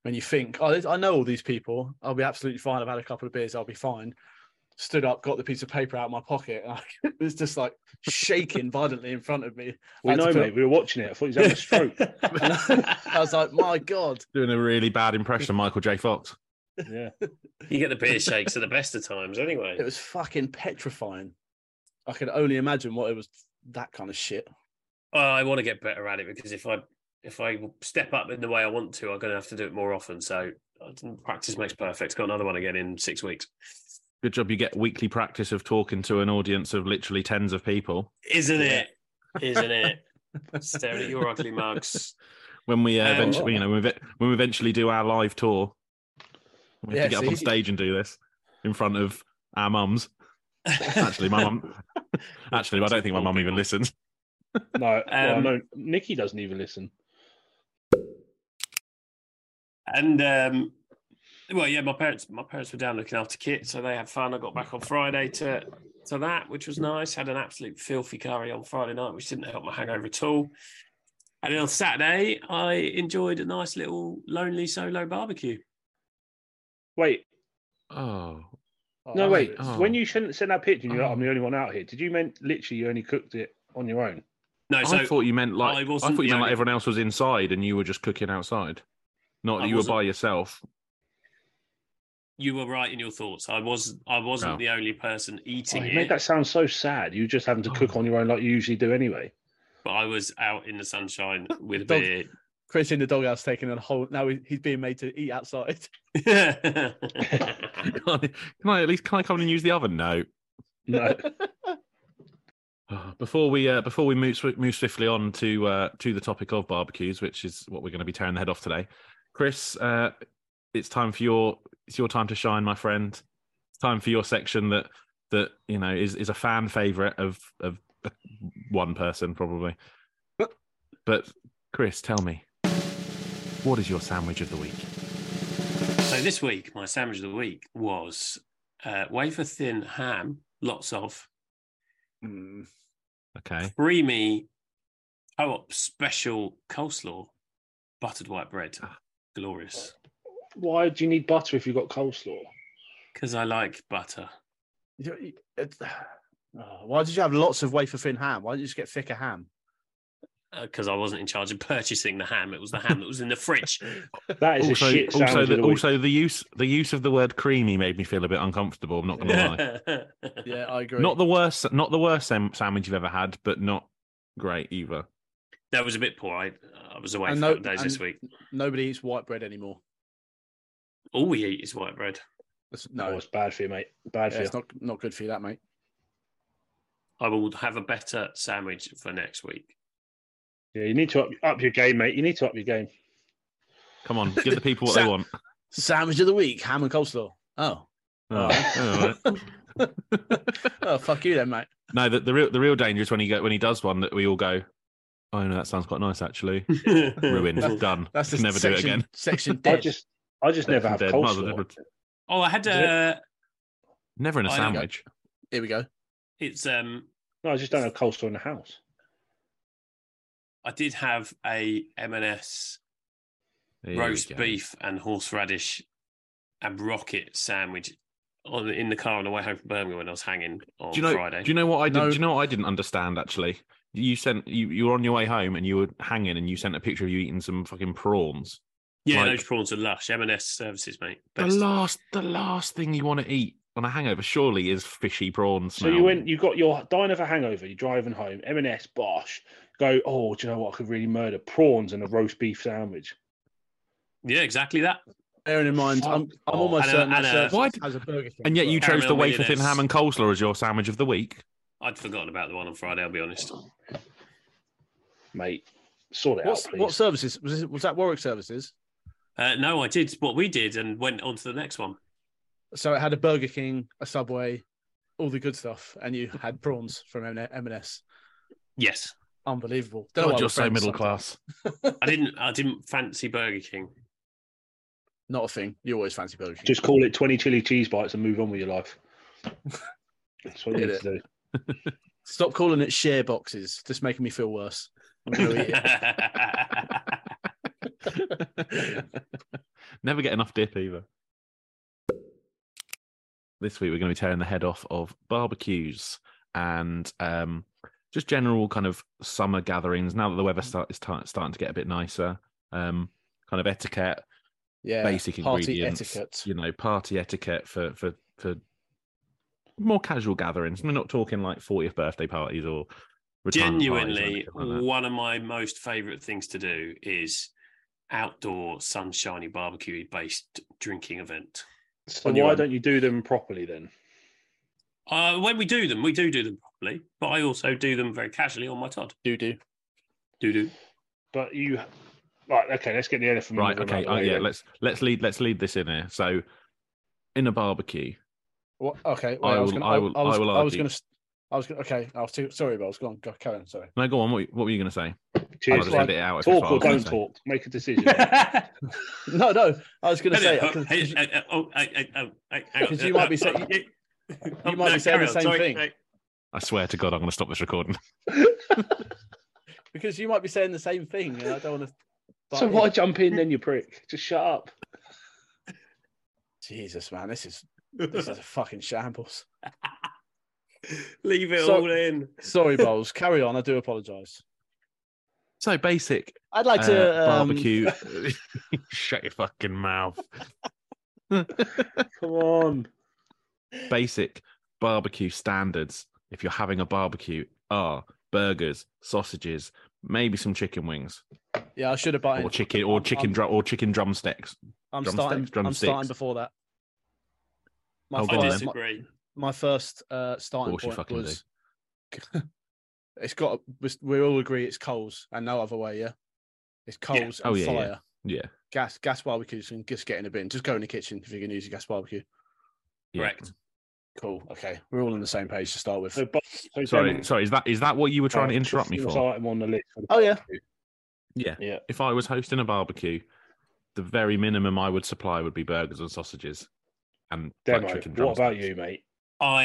Speaker 3: And you think, oh, this- I know all these people. I'll be absolutely fine. I've had a couple of beers. I'll be fine. Stood up, got the piece of paper out of my pocket, and I, it was just like shaking violently in front of me. I
Speaker 4: We
Speaker 3: had to
Speaker 4: know,
Speaker 3: put-
Speaker 4: mate. We were watching it. I thought he was having a stroke.
Speaker 3: And I, I was like, my god.
Speaker 5: Doing a really bad impression of Michael J. Fox.
Speaker 4: yeah.
Speaker 2: You get the beer shakes at the best of times, anyway.
Speaker 3: It was fucking petrifying. I could only imagine what it was. That kind of shit.
Speaker 2: Well, I want to get better at it because if I if I step up in the way I want to, I'm going to have to do it more often. So I didn't- practice makes perfect. Got another one again in six weeks.
Speaker 5: Good job you get weekly practice of talking to an audience of literally tens of people.
Speaker 2: Isn't it? Isn't it? Staring at your ugly mugs.
Speaker 5: When we uh,
Speaker 2: Um,
Speaker 5: eventually, you know, when we, ev- when we eventually do our live tour, we have to
Speaker 3: Yeah,
Speaker 5: get up on
Speaker 3: see?
Speaker 5: stage and do this in front of our mums. Actually, my mum. Actually, I don't think my mum even listens.
Speaker 4: No, well,
Speaker 2: Um,
Speaker 4: no, Nikki doesn't even listen.
Speaker 2: And um, well, yeah, my parents my parents were down looking after Kit, so they had fun. I got back on Friday to to that, which was nice. Had an absolute filthy curry on Friday night, which didn't help my hangover at all. And then on Saturday, I enjoyed a nice little lonely solo barbecue.
Speaker 4: Wait,
Speaker 5: Oh,
Speaker 4: no,
Speaker 3: Oh,
Speaker 4: wait.
Speaker 5: oh.
Speaker 4: When you sent sent that picture, and you're like,
Speaker 5: Oh.
Speaker 4: I'm the only one out here. Did you mean literally you only cooked it on your own?
Speaker 2: No, so
Speaker 5: I thought you meant like
Speaker 2: I
Speaker 5: I,
Speaker 2: wasn't
Speaker 5: thought
Speaker 2: the
Speaker 5: you meant
Speaker 2: only-
Speaker 5: like everyone else was inside and you were just cooking outside. Not
Speaker 2: I
Speaker 5: that you were
Speaker 2: wasn't-
Speaker 5: by yourself.
Speaker 2: you were right in your thoughts. I was I wasn't
Speaker 5: Oh.
Speaker 2: the only person
Speaker 4: Oh,
Speaker 2: eating
Speaker 4: you
Speaker 2: it,
Speaker 4: made that sound so sad. You just having to cook on your own like you usually do anyway.
Speaker 2: but I was out in the sunshine with a
Speaker 3: Dog.
Speaker 2: beer.
Speaker 3: Chris in the doghouse taking a whole. Now he- he's being made to eat outside.
Speaker 5: can I at least can I come in and use the oven? No.
Speaker 4: No.
Speaker 5: Ah, Before we uh, before we move swi- move swiftly on to uh, to the topic of barbecues, which is what we're going to be tearing the head off today, Chris, uh, it's time for your it's your time to shine, my friend. It's time for your section that that you know is is a fan favorite of of one person probably. But Chris, tell me, what is your sandwich of the week?
Speaker 2: So this week, my sandwich of the week was uh, wafer thin ham, lots of
Speaker 3: Mm.
Speaker 5: Okay,
Speaker 2: creamy co-op special coleslaw, buttered white bread.
Speaker 3: Ah.
Speaker 2: Glorious.
Speaker 4: Why do you need butter if you've got coleslaw?
Speaker 2: Because I like butter.
Speaker 3: You- you- it- oh, why did you have lots of wafer thin ham? Why didn't you just get thicker ham?
Speaker 2: Because uh, I wasn't in charge of purchasing the ham. It was the ham that was in the fridge.
Speaker 4: That is a
Speaker 5: also,
Speaker 4: shit sandwich.
Speaker 5: also,
Speaker 4: of the
Speaker 5: the,
Speaker 4: week.
Speaker 5: also the use the use of the word creamy made me feel a bit uncomfortable. I'm not going to lie.
Speaker 3: Oh, Yeah, I agree.
Speaker 5: Not the worst, not the worst sam- sandwich you've ever had, but not great either.
Speaker 2: that was a bit poor. I, I was away
Speaker 3: And no-
Speaker 2: for no, days this
Speaker 3: and-
Speaker 2: week.
Speaker 3: Nobody eats white bread anymore.
Speaker 2: All we eat is white bread.
Speaker 3: That's-
Speaker 4: no,
Speaker 3: no,
Speaker 4: Oh, it's bad for you, mate. Bad
Speaker 3: yeah,
Speaker 4: for you.
Speaker 3: it's not not good for you, that mate.
Speaker 2: I will have a better sandwich for next week.
Speaker 4: Yeah, you need to up, up your game, mate. You need to up your game.
Speaker 5: Come on, give the people what they
Speaker 3: Sa-
Speaker 5: want.
Speaker 3: Sandwich of the week: ham and coleslaw. Oh,
Speaker 5: All right, all right.
Speaker 3: oh, fuck you then, mate.
Speaker 5: No, the, the real the real danger is when he go, when he does one that we all go, oh no, that sounds quite nice actually. Ruined, done.
Speaker 3: That's the
Speaker 5: Can never
Speaker 3: section,
Speaker 5: do it again.
Speaker 3: Section
Speaker 4: I
Speaker 3: dead.
Speaker 4: just, I just never have
Speaker 5: Dead. Might as well
Speaker 4: coleslaw.
Speaker 5: never-
Speaker 2: Oh, I had
Speaker 4: Is it?
Speaker 2: a.
Speaker 5: Never in a
Speaker 2: I don't-
Speaker 5: sandwich.
Speaker 3: Here we go.
Speaker 2: It's um.
Speaker 4: No, I just don't have coleslaw in the house.
Speaker 2: I did have a M&S
Speaker 5: Here we
Speaker 2: roast
Speaker 5: go.
Speaker 2: beef and horseradish and rocket sandwich on in the car on the way home from Birmingham when I was hanging on
Speaker 5: Do you know?
Speaker 2: Friday.
Speaker 5: Do you know what I did?
Speaker 3: No.
Speaker 5: Do you know what I didn't understand actually? You sent you, you were on your way home and you were hanging and you sent a picture of you eating some fucking prawns.
Speaker 2: yeah,
Speaker 5: like-
Speaker 2: those prawns are lush. M&S services, mate.
Speaker 5: The
Speaker 2: Best.
Speaker 5: last the last thing you want to eat on a hangover surely is fishy prawns.
Speaker 4: So you went, you got your dine of a hangover. You're driving home. M&S, bosh. Go. Oh, do you know what? I could really murder prawns and a roast beef sandwich.
Speaker 2: Yeah, exactly that.
Speaker 3: Bearing in mind, I'm,
Speaker 4: Fuck
Speaker 3: I'm
Speaker 4: off.
Speaker 3: almost
Speaker 2: And a-
Speaker 3: certain
Speaker 2: and
Speaker 3: that
Speaker 2: a-
Speaker 3: service
Speaker 5: Why d-
Speaker 3: has a Burger King.
Speaker 5: And yet
Speaker 3: as
Speaker 5: you
Speaker 3: well.
Speaker 5: chose the
Speaker 2: Caramel
Speaker 5: wafer thin
Speaker 2: mayonnaise.
Speaker 5: ham and coleslaw as your sandwich of the week.
Speaker 2: I'd forgotten about the one on Friday, I'll be honest.
Speaker 4: mate. Sort it
Speaker 3: What,
Speaker 4: out, please.
Speaker 3: what services was, this, was that? Warwick Services.
Speaker 2: Uh, no, I did what we did and went on to the next one.
Speaker 3: So it had a Burger King, a Subway, all the good stuff, and you had prawns from M- M&S.
Speaker 2: Yes.
Speaker 3: Unbelievable. Don't know why
Speaker 5: God,
Speaker 3: we're
Speaker 5: you're so
Speaker 3: friends
Speaker 5: middle
Speaker 3: sometimes.
Speaker 5: class.
Speaker 2: I didn't I didn't fancy Burger King.
Speaker 3: Not a thing. You always fancy Burger King.
Speaker 4: Just call it 20 chili cheese bites and move on with your life. That's what you
Speaker 3: Get
Speaker 4: need to do.
Speaker 3: Stop calling it share boxes. Just making me feel worse. I'm gonna eat it.
Speaker 5: Never get enough dip either. This week we're going to be tearing the head off of barbecues and um, just general kind of summer gatherings. Now that the weather start, is tar- starting to get a bit nicer, um, kind of etiquette,
Speaker 3: Yeah.
Speaker 5: basic
Speaker 3: party
Speaker 5: ingredients,
Speaker 3: etiquette.
Speaker 5: you know, party etiquette for for for more casual gatherings. We're not talking like 40th birthday parties or retirement parties or
Speaker 2: Genuinely,
Speaker 5: anything like that.
Speaker 2: one of my most favourite things to do is outdoor sunshiny barbecue based drinking event.
Speaker 4: So
Speaker 3: On your
Speaker 4: why
Speaker 3: own.
Speaker 4: don't you do them properly then?
Speaker 2: Uh, when we do them, we do do them properly, but I also do them very casually on my Todd.
Speaker 3: Do do.
Speaker 2: Do do.
Speaker 4: But you, right? Okay, let's get the elephant.
Speaker 5: Right.
Speaker 4: room out
Speaker 5: Okay.
Speaker 4: the
Speaker 5: Oh,
Speaker 4: way
Speaker 5: yeah.
Speaker 4: then.
Speaker 5: Let's let's lead let's lead this in here. So, in a barbecue,
Speaker 3: What? Okay.
Speaker 5: I
Speaker 3: I was
Speaker 5: will-
Speaker 3: going to.
Speaker 5: I
Speaker 3: I
Speaker 5: will-
Speaker 3: I was
Speaker 5: I will argue.
Speaker 3: going to. I was gonna, okay. I was too, sorry, but I was gone. Go, carry on. Sorry.
Speaker 5: no, go on. What, what were you going to say? I'll
Speaker 4: Cheers.
Speaker 5: just
Speaker 4: Right.
Speaker 5: edit it out. if it's
Speaker 4: Talk
Speaker 5: what I
Speaker 4: or
Speaker 5: was gonna
Speaker 4: don't
Speaker 5: say.
Speaker 4: talk. Make a decision.
Speaker 3: No, no. I was going to say
Speaker 2: Hang on,
Speaker 3: because
Speaker 2: hang- hang- oh, hang- hang- hang- hang on.
Speaker 3: 'Cause you might be saying-
Speaker 2: Oh, yeah. Oh,
Speaker 3: might be
Speaker 2: no,
Speaker 3: saying
Speaker 2: carry
Speaker 3: the
Speaker 2: on,
Speaker 3: same
Speaker 2: sorry.
Speaker 3: thing.
Speaker 5: I swear to God, I'm going to stop this recording.
Speaker 3: because you might be saying the same thing, and I don't want to.
Speaker 4: so why jump in then, you prick? Just shut up.
Speaker 3: Jesus, man, this is this is a fucking shambles.
Speaker 2: Leave it
Speaker 3: So-
Speaker 2: all in.
Speaker 3: Sorry, Bowles. Carry on. I do apologise.
Speaker 5: So basic
Speaker 3: I'd like
Speaker 5: uh,
Speaker 3: to um,
Speaker 5: barbecue. Shut your fucking mouth.
Speaker 4: Come on.
Speaker 5: basic barbecue standards if you're having a barbecue are burgers, sausages, maybe some chicken wings
Speaker 3: Yeah, I should have bought
Speaker 5: or chicken or
Speaker 3: I'm-
Speaker 5: chicken drum or chicken drumsticks.
Speaker 3: I'm
Speaker 5: drumsticks,
Speaker 3: starting. I'm
Speaker 5: drumsticks.
Speaker 3: starting before that. My,
Speaker 5: Oh,
Speaker 2: I
Speaker 5: go on then.
Speaker 3: first, my,
Speaker 2: disagree.
Speaker 3: my first uh,
Speaker 5: Of
Speaker 3: starting
Speaker 5: course you
Speaker 3: point
Speaker 5: fucking
Speaker 3: was it's got. was- We all agree it's coals and no other way. Yeah, it's coals
Speaker 5: Oh,
Speaker 3: and
Speaker 5: yeah, yeah.
Speaker 3: fire.
Speaker 5: Yeah.
Speaker 3: Gas gas barbecues and just get in a bin. Just go in the kitchen if you can use your gas barbecue.
Speaker 5: yeah.
Speaker 2: Correct.
Speaker 3: Cool. Okay, we're all on the same page to start with.
Speaker 4: So, but, so
Speaker 5: Sorry,
Speaker 4: Denmark-
Speaker 5: sorry. Is that is that what you were trying to
Speaker 4: uh,
Speaker 5: interrupt me
Speaker 4: first
Speaker 5: for?
Speaker 4: Item on the list. for the
Speaker 3: Oh, yeah.
Speaker 4: barbecue.
Speaker 5: If I was hosting a barbecue, the very minimum I would supply would be burgers and sausages, and like,
Speaker 4: Demo.
Speaker 5: chicken
Speaker 4: What about
Speaker 5: drumsticks.
Speaker 4: you, mate?
Speaker 2: I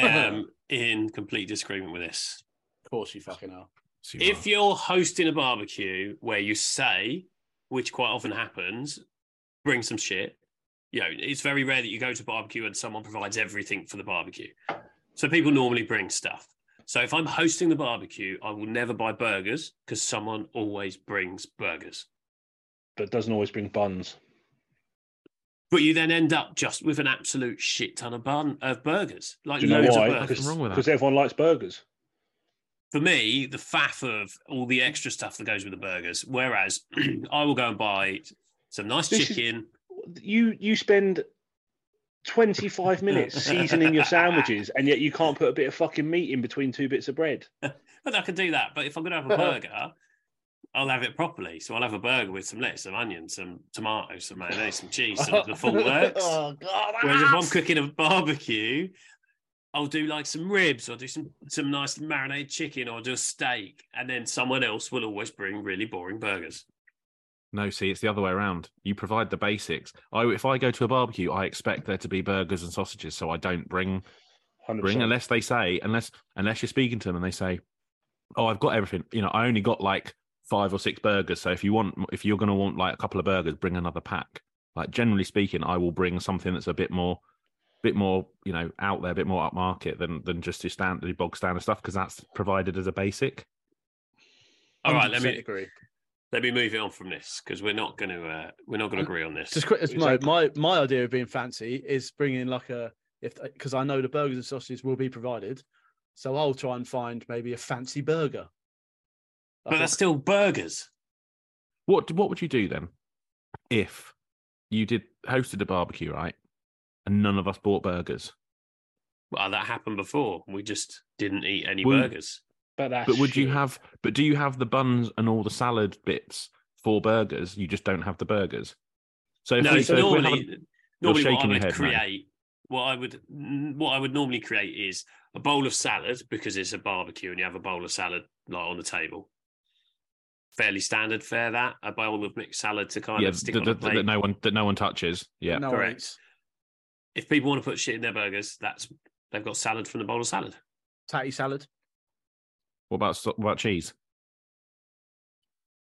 Speaker 2: am in complete disagreement with this.
Speaker 3: Of course, you fucking are.
Speaker 5: So you
Speaker 2: If
Speaker 5: are.
Speaker 2: you're hosting a barbecue where you say, which quite often happens, bring some shit. You know, it's very rare that you go to barbecue and someone provides everything for the barbecue. So people normally bring stuff. So if I'm hosting the barbecue, I will never buy burgers because someone always brings burgers.
Speaker 4: But doesn't always bring buns.
Speaker 2: But you then end up just with an absolute shit ton of bun of burgers,
Speaker 5: Uh,
Speaker 2: like
Speaker 4: Do you know
Speaker 2: loads
Speaker 4: why?
Speaker 2: of burgers.
Speaker 5: Nothing wrong with that.
Speaker 4: Because everyone likes burgers.
Speaker 2: for me, the faff of all the extra stuff that goes with the burgers. Whereas I will go and buy some nice
Speaker 4: This is-
Speaker 2: chicken.
Speaker 4: You you spend twenty five minutes seasoning your sandwiches, and yet you can't put a bit of fucking meat in between two bits of bread.
Speaker 2: But I can do that. But if I'm going to have a
Speaker 4: uh,
Speaker 2: burger, I'll have it properly. So I'll have a burger with some lettuce, some onions, some tomatoes, some mayonnaise, some cheese, some of the full works.
Speaker 3: oh god.
Speaker 2: Whereas if I'm cooking a barbecue, I'll do like some ribs or do some some nice marinated chicken or do a steak, and then someone else will always bring really boring burgers.
Speaker 5: No, see, it's the other way around. You provide the basics. I, if I go to a barbecue, I expect there to be burgers and sausages, so I don't bring
Speaker 4: 100%.
Speaker 5: bring unless they say unless unless you're speaking to them and they say, "Oh, I've got everything." You know, I only got like five or six burgers. So if you want, if you're going to want like a couple of burgers, bring another pack. Like generally speaking, I will bring something that's a bit more, bit more, you know, out there, a bit more upmarket than than just your standard bog standard stuff because that's provided as a basic.
Speaker 2: All right, let me
Speaker 3: agree.
Speaker 2: let me move it on from this because we're not going to uh, we're not going to agree on this.
Speaker 3: Just quick, no, my my idea of being fancy is bringing in like a if because I know the burgers and sausages will be provided, so I'll try and find maybe a fancy burger.
Speaker 2: But that's still burgers.
Speaker 5: What what would you do then if you did hosted a barbecue, right? And none of us bought burgers.
Speaker 2: Well, that happened before. We just didn't eat any
Speaker 5: Well,
Speaker 2: burgers.
Speaker 4: But, that's
Speaker 5: But would you
Speaker 4: shit.
Speaker 5: have but do you have the buns and all the salad bits for burgers? You just don't have the burgers. So if
Speaker 2: No,
Speaker 5: we,
Speaker 2: it's
Speaker 5: so if we're having-
Speaker 2: normally normally what I
Speaker 5: shaking your head,
Speaker 2: would
Speaker 5: mate.
Speaker 2: create, what I would mm, what I would normally create is a bowl of salad because it's a barbecue and you have a bowl of salad like on the table. Fairly standard fare that a bowl of mixed salad to kind
Speaker 5: yeah,
Speaker 2: of stick
Speaker 5: that-
Speaker 2: on a
Speaker 5: that- that
Speaker 2: plate.
Speaker 5: no one that no one touches. Yeah.
Speaker 3: no
Speaker 2: correct.
Speaker 3: it's
Speaker 2: If people want to put shit in their burgers, that's they've got salad from the bowl of salad.
Speaker 3: Tatty salad.
Speaker 5: What about what about cheese?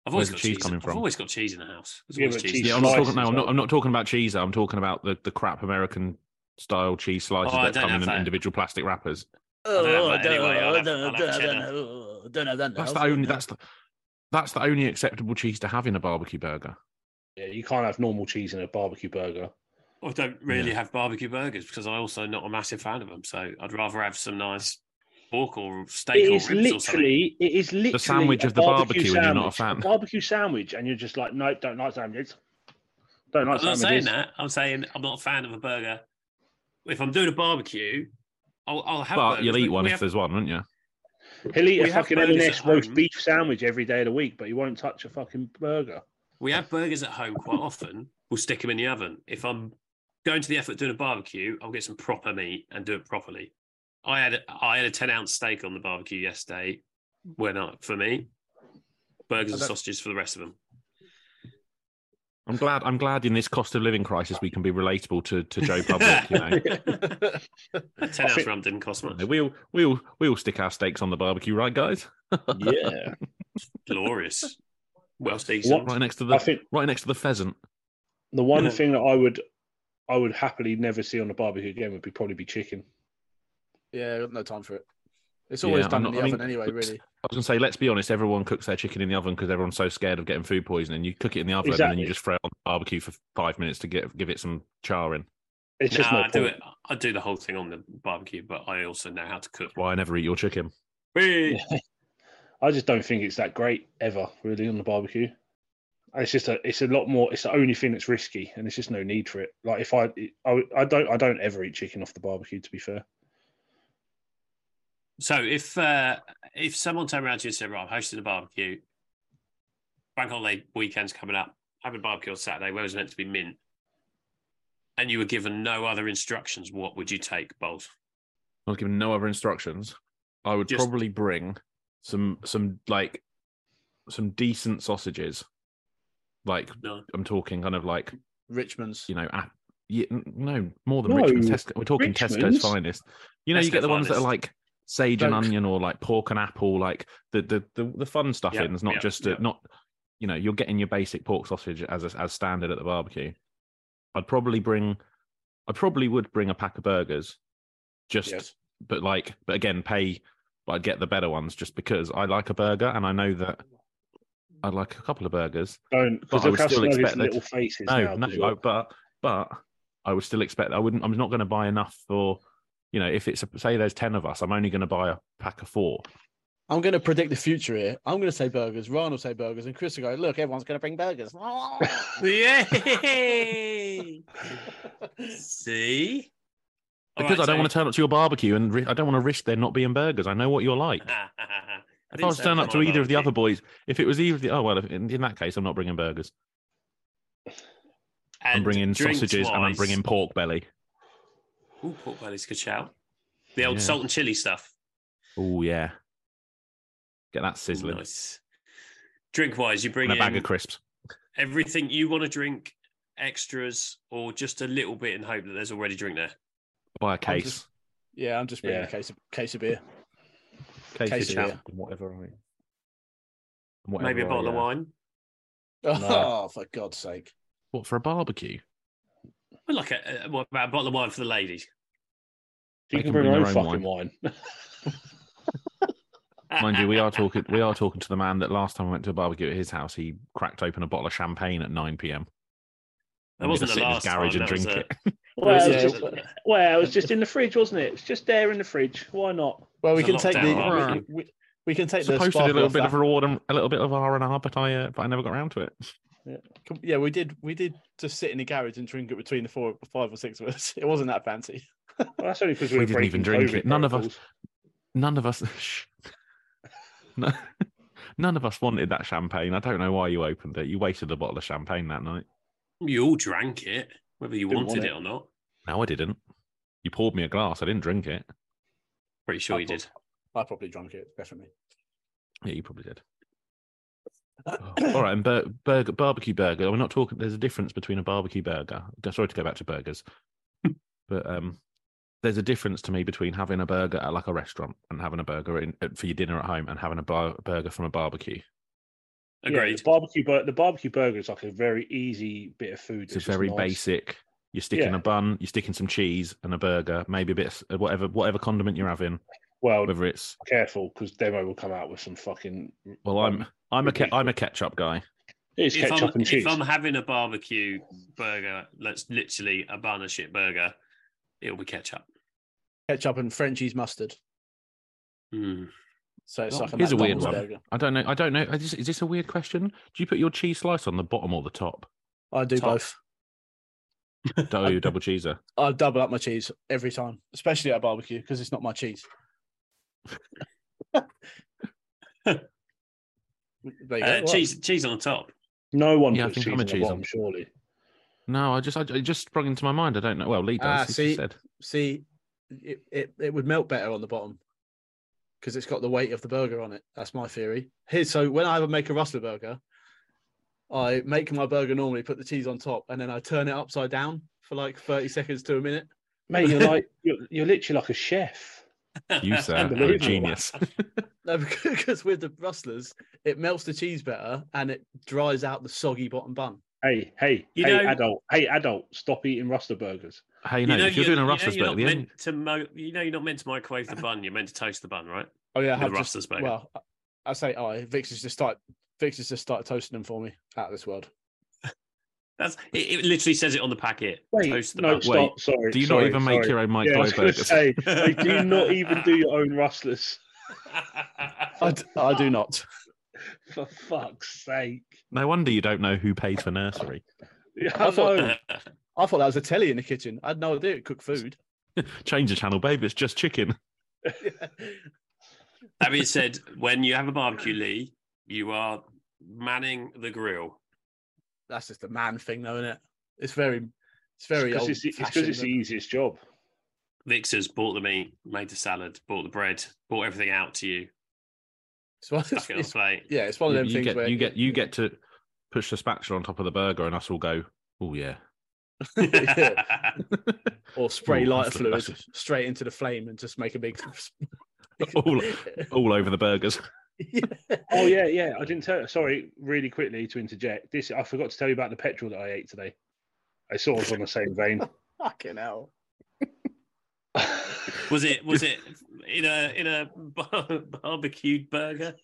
Speaker 2: I've
Speaker 5: Where's
Speaker 2: always got
Speaker 5: the cheese
Speaker 2: cheese.
Speaker 5: coming
Speaker 2: I've
Speaker 5: from?
Speaker 2: always got cheese in the house. There's
Speaker 4: Yeah,
Speaker 2: always
Speaker 4: but
Speaker 2: cheese.
Speaker 4: cheese
Speaker 5: Yeah, I'm not
Speaker 4: slices,
Speaker 5: talking. No, I'm not.
Speaker 4: right?
Speaker 5: I'm not talking about cheese. I'm talking about the, the crap American style cheese slices
Speaker 2: Oh, I
Speaker 5: that
Speaker 2: don't
Speaker 5: come in
Speaker 2: have that.
Speaker 5: individual plastic wrappers.
Speaker 2: don't have
Speaker 3: Oh,
Speaker 2: that anyway, I'll have- I'll have cheddar.
Speaker 3: know. Don't know.
Speaker 5: That's the only. That's the. That's the only acceptable cheese to have in a barbecue burger.
Speaker 4: Yeah, you can't have normal cheese in a barbecue burger.
Speaker 2: I don't really have barbecue burgers because I'm also not a massive fan of them. So I'd rather have some nice pork or steak
Speaker 4: It
Speaker 2: or ribs or
Speaker 4: is
Speaker 2: something.
Speaker 4: literally, it is literally
Speaker 5: sandwich
Speaker 4: a
Speaker 5: of the barbecue and you're not a
Speaker 4: sandwich.
Speaker 5: fan.
Speaker 4: Barbecue sandwich, and you're just like, no, don't like sandwiches. Don't like
Speaker 2: I'm not saying
Speaker 4: sandwiches.
Speaker 2: that. I'm saying I'm not a fan of a burger. If I'm doing a barbecue, I'll, I'll have.
Speaker 5: But
Speaker 2: burgers,
Speaker 5: you'll eat one
Speaker 2: we
Speaker 5: if
Speaker 2: have-
Speaker 5: there's one, won't you?
Speaker 4: He'll eat
Speaker 2: We
Speaker 4: a
Speaker 2: have
Speaker 4: fucking
Speaker 2: burgers
Speaker 4: M&S
Speaker 2: at
Speaker 4: roast
Speaker 2: home.
Speaker 4: beef sandwich every day of the week, but he won't touch a fucking burger.
Speaker 2: we have burgers at home quite often. We'll stick them in the oven. If I'm going to the effort of doing a barbecue, I'll get some proper meat and do it properly. I had I had a ten ounce steak on the barbecue yesterday. Where not for me? Burgers and
Speaker 3: don't-
Speaker 2: sausages for the rest of them.
Speaker 5: I'm glad. I'm glad in this cost of living crisis we can be relatable to, to Joe Public. You know,
Speaker 2: A ten
Speaker 4: I
Speaker 2: ounce
Speaker 4: think-
Speaker 2: rum didn't cost much.
Speaker 5: we all we all we all stick our steaks on the barbecue, right, guys?
Speaker 4: Yeah,
Speaker 2: Glorious. Well seasoned.
Speaker 5: Right next to
Speaker 4: I
Speaker 5: the
Speaker 4: think
Speaker 5: right next to the pheasant.
Speaker 4: the one
Speaker 2: Yeah.
Speaker 4: thing that I would, I would happily never see on a barbecue again would be probably be chicken.
Speaker 3: Yeah, I've got no time for it. It's
Speaker 5: Yeah,
Speaker 3: always
Speaker 5: I'm
Speaker 3: done
Speaker 5: not-
Speaker 3: in the
Speaker 5: I mean,
Speaker 3: oven anyway.
Speaker 5: it's-
Speaker 3: Really,
Speaker 5: I was gonna say, let's be honest, everyone cooks their chicken in the oven because everyone's so scared of getting food poisoning. You cook it in the oven and then
Speaker 4: Exactly.
Speaker 5: you just throw it on the barbecue for five minutes to get give it some charring.
Speaker 4: It's just
Speaker 2: Nah,
Speaker 4: no
Speaker 2: I do
Speaker 4: point.
Speaker 2: it. I do the whole thing on the barbecue, but I also know how to cook.
Speaker 5: Why I never eat your chicken.
Speaker 2: Whee!
Speaker 4: I just don't think it's that great ever, really, on the barbecue. It's just a, it's a lot more. It's the only thing that's risky, and there's just no need for it. Like if I, I, I don't, I don't ever eat chicken off the barbecue. To be fair,
Speaker 2: So if uh, if someone turned around to you and said, "Right, I'm hosting a barbecue. Bank holiday weekend's coming up. Having a barbecue on Saturday. Where it was meant to be mint." And you were given no other instructions. What would you take, Bolt?
Speaker 5: I was given no other instructions. I would
Speaker 2: Just-
Speaker 5: probably bring some some like some decent sausages. Like
Speaker 2: No.
Speaker 5: I'm talking kind of like
Speaker 3: Richmond's.
Speaker 5: you know ah, yeah, n- no more than
Speaker 4: No,
Speaker 5: Richmond's. Tesco. We're talking
Speaker 4: Richmond's?
Speaker 5: Tesco's finest. You know, you
Speaker 2: Tesco
Speaker 5: get the ones that are
Speaker 2: finest.
Speaker 5: like sage and
Speaker 3: Don't-
Speaker 5: onion or like pork and apple, like the the the, the fun stuff
Speaker 2: Yeah,
Speaker 5: in. It's not
Speaker 2: yeah,
Speaker 5: just a,
Speaker 2: yeah.
Speaker 5: not you know you're getting your basic pork sausage as a, as standard at the barbecue. I'd probably bring, I probably would bring a pack of burgers, just
Speaker 3: Yes.
Speaker 5: but like but again pay but I'd get the better ones just because I like a burger and I know that I'd like a couple of burgers.
Speaker 4: don't because
Speaker 5: I
Speaker 4: look
Speaker 5: would
Speaker 4: how
Speaker 5: still
Speaker 4: snug his
Speaker 5: expect that-
Speaker 4: little face is
Speaker 5: No,
Speaker 4: now.
Speaker 5: no,
Speaker 4: 'cause you're-
Speaker 5: I- but but I would still expect I wouldn't I'm not going to buy enough for you know if it's say there's 10 of us I'm only going to buy a pack of 4.
Speaker 3: I'm going to predict the future here. I'm going to say burgers. Ryan will say burgers, and Chris will go. Look, everyone's going to bring burgers.
Speaker 2: Yay! See,
Speaker 5: Because I don't want to turn up to your barbecue and ri- I don't want to risk there not being burgers. I know what you're like. If I was turning up to either of the other boys, if it was either of the oh well, if, in, in that case I'm not bringing burgers. I'm bringing sausages and I'm bringing pork belly.
Speaker 2: Ooh, pork belly's a good shout. The old
Speaker 5: Yeah.
Speaker 2: salt and chili stuff.
Speaker 5: Oh yeah, get that sizzling
Speaker 2: Nice. Drink wise, you bring
Speaker 5: and a bag
Speaker 2: in
Speaker 5: of crisps.
Speaker 2: everything you want to drink, extras, or just a little bit and hope that there's already drink there.
Speaker 5: Buy a
Speaker 3: I'm
Speaker 5: case,
Speaker 3: just- yeah, I'm just bringing
Speaker 4: Yeah.
Speaker 3: a case of case of beer.
Speaker 5: case,
Speaker 3: case
Speaker 5: of
Speaker 3: of
Speaker 5: chow and whatever. I, and whatever
Speaker 2: Maybe a
Speaker 5: I,
Speaker 2: bottle of
Speaker 5: uh,
Speaker 2: wine.
Speaker 3: Oh, for God's sake!
Speaker 5: What for a barbecue?
Speaker 2: Well, like a, a, what about a bottle of wine for the ladies?
Speaker 4: you
Speaker 5: they
Speaker 4: can
Speaker 5: can
Speaker 4: bring
Speaker 5: bring
Speaker 4: your own
Speaker 5: their own
Speaker 4: fucking wine.
Speaker 5: Mind you, we are talking. We are talking to the man that last time I went to a barbecue at his house, he cracked open a bottle of champagne at 9 p.m.
Speaker 2: That
Speaker 5: And we
Speaker 2: wasn't
Speaker 5: just
Speaker 2: the
Speaker 5: sit in his
Speaker 2: last
Speaker 5: garage
Speaker 2: time,
Speaker 5: and
Speaker 2: that was
Speaker 5: drink
Speaker 2: a-
Speaker 5: it.
Speaker 4: Well,
Speaker 3: Yeah.
Speaker 4: it's just, well, it's just in the fridge, wasn't it? It's just there in the fridge. Why not?
Speaker 3: Well, we
Speaker 2: It's a
Speaker 3: can take
Speaker 2: lockdown,
Speaker 3: the
Speaker 5: right?
Speaker 3: we, we, we can take the
Speaker 5: Supposed to do
Speaker 3: sparkle
Speaker 5: a little
Speaker 3: off
Speaker 5: bit
Speaker 3: that.
Speaker 5: of reward and a little bit of R and R, but I uh, but I never got around to it.
Speaker 3: Com- Yeah, we did. We did just sit in the garage and drink it between the four, five or six of us. It wasn't that fancy.
Speaker 4: Well, that's only because
Speaker 5: We
Speaker 4: we, were
Speaker 5: didn't even
Speaker 4: breaking
Speaker 5: drink
Speaker 4: COVID
Speaker 5: it. None of us-
Speaker 4: protocols.
Speaker 5: None of us. Shh. No- None of us wanted that champagne. I don't know why you opened it. You wasted a bottle of champagne that night.
Speaker 2: You all drank it, whether you
Speaker 4: Didn't
Speaker 2: wanted
Speaker 4: want
Speaker 2: it.
Speaker 4: it.
Speaker 2: or not.
Speaker 5: No, I didn't. You poured me a glass. I didn't drink it.
Speaker 2: Pretty sure you
Speaker 3: Apple.
Speaker 2: did.
Speaker 3: I probably drank it definitely.
Speaker 5: Yeah, you probably did. All right, and bur- burger, barbecue burger. We're not talking. There's a difference between a barbecue burger. Go- Sorry to go back to burgers, but um, there's a difference to me between having a burger at like a restaurant and having a burger in, for your dinner at home and having a bar- burger from a barbecue.
Speaker 4: Yeah,
Speaker 2: Agreed.
Speaker 4: the barbecue, bur- the barbecue burger is like a very easy bit of food.
Speaker 5: It's a
Speaker 4: that's just
Speaker 5: very
Speaker 4: nice.
Speaker 5: basic. You're sticking
Speaker 4: Yeah.
Speaker 5: a bun, you're sticking some cheese and a burger, maybe a bit of s- uh, whatever whatever condiment you're having,
Speaker 4: Well,
Speaker 5: whether it's
Speaker 4: careful because Demo will come out with some fucking.
Speaker 5: well, I'm I'm a ke- I'm a ketchup guy.
Speaker 4: It's
Speaker 2: if
Speaker 4: ketchup
Speaker 2: I'm,
Speaker 4: and cheese.
Speaker 2: if I'm having a barbecue burger, that's literally a bun of shit burger, it'll be ketchup.
Speaker 3: Ketchup and Frenchie's mustard.
Speaker 2: Mm.
Speaker 3: So it's
Speaker 5: Oh,
Speaker 3: like a
Speaker 5: here's a weird
Speaker 3: McDonald's
Speaker 5: one.
Speaker 3: burger.
Speaker 5: I don't know. I don't know. Is this, is this a weird question? Do you put your cheese slice on the bottom or the top?
Speaker 3: I do
Speaker 2: Top.
Speaker 3: both.
Speaker 5: Dough double cheeser.
Speaker 3: I double up my cheese every time, especially at a barbecue because it's not my cheese. there you go.
Speaker 2: Uh,
Speaker 3: Well,
Speaker 2: cheese, cheese on the top.
Speaker 4: no one
Speaker 5: Yeah, I
Speaker 4: puts
Speaker 5: think
Speaker 4: cheese
Speaker 5: I'm a
Speaker 4: on the
Speaker 5: cheese
Speaker 4: bottom,
Speaker 5: on.
Speaker 4: surely.
Speaker 5: No, I just I, it just sprung into my mind. I don't know. Well, Lee does.
Speaker 3: Ah,
Speaker 5: he's
Speaker 3: see.
Speaker 5: said.
Speaker 3: See, it, it it would melt better on the bottom because it's got the weight of the burger on it. That's my theory. Here, so when I ever make a rustler burger, I make my burger normally, put the cheese on top, and then I turn it upside down for like thirty seconds to a minute.
Speaker 4: Mate, you're like you're, you're literally like a chef.
Speaker 5: You sir are a
Speaker 4: unbelievable.
Speaker 5: genius.
Speaker 3: No, because with the rustlers, it melts the cheese better and it dries out the soggy bottom bun.
Speaker 4: Hey, hey,
Speaker 2: You
Speaker 4: hey,
Speaker 2: know-
Speaker 4: adult, hey, adult, stop eating Ruster burgers.
Speaker 5: Hey, no, if you're doing a Russell's
Speaker 2: you know,
Speaker 5: burger,
Speaker 2: you're
Speaker 5: the
Speaker 2: not
Speaker 5: only-
Speaker 2: meant to mo- you know you're not meant to microwave the bun. You're meant to toast the bun, right?
Speaker 3: Oh yeah, I
Speaker 2: With
Speaker 3: have
Speaker 2: a
Speaker 3: just,
Speaker 2: Rustler's burger.
Speaker 3: well, I- I say I Vix has just start Vix has just started toasting them for me out of this world.
Speaker 2: That's it, it. Literally says it on the packet. toast the
Speaker 4: no,
Speaker 2: bun.
Speaker 4: stop.
Speaker 5: Wait,
Speaker 4: sorry.
Speaker 5: do you
Speaker 4: sorry,
Speaker 5: not even make
Speaker 4: sorry.
Speaker 5: your own
Speaker 4: Yeah, I was
Speaker 5: microwave
Speaker 4: going to
Speaker 5: burgers?
Speaker 4: say, they do not even do your own rustlers.
Speaker 3: I, d- I do not.
Speaker 4: For fuck's sake.
Speaker 5: No wonder you don't know who paid for nursery.
Speaker 4: Yeah,
Speaker 3: I
Speaker 4: I
Speaker 3: thought-
Speaker 4: know.
Speaker 3: I thought that was a telly in the kitchen. I had no idea it cooked food.
Speaker 5: Change the channel, babe. It's just chicken.
Speaker 2: That being said, when you have a barbecue, Lee, you are manning the grill.
Speaker 3: That's just a man thing, though, isn't it? It's very, it's
Speaker 4: It's
Speaker 3: very old.
Speaker 4: because it's, it's e- 'cause it's the easiest job.
Speaker 2: Vixers bought the meat, made the salad, bought the bread, bought everything out to you, stuck it on a plate.
Speaker 3: yeah, it's one of
Speaker 5: You-
Speaker 3: them
Speaker 5: you,
Speaker 3: things
Speaker 5: get,
Speaker 3: where
Speaker 5: you get you get to push the spatula on top of the burger, and us all go, "Oh yeah."
Speaker 3: Yeah. or spray
Speaker 5: Ooh,
Speaker 3: lighter
Speaker 5: that's the-
Speaker 3: fluid
Speaker 5: that's
Speaker 3: straight into the flame and just make a big.
Speaker 5: All- All over the burgers.
Speaker 4: Oh yeah, yeah. I didn't tell. Sorry, really quickly to interject. This I forgot to tell you about the petrol that I ate today. I sort of on the same vein.
Speaker 3: Fucking hell.
Speaker 2: Was it was it in a in a bar- barbecued burger?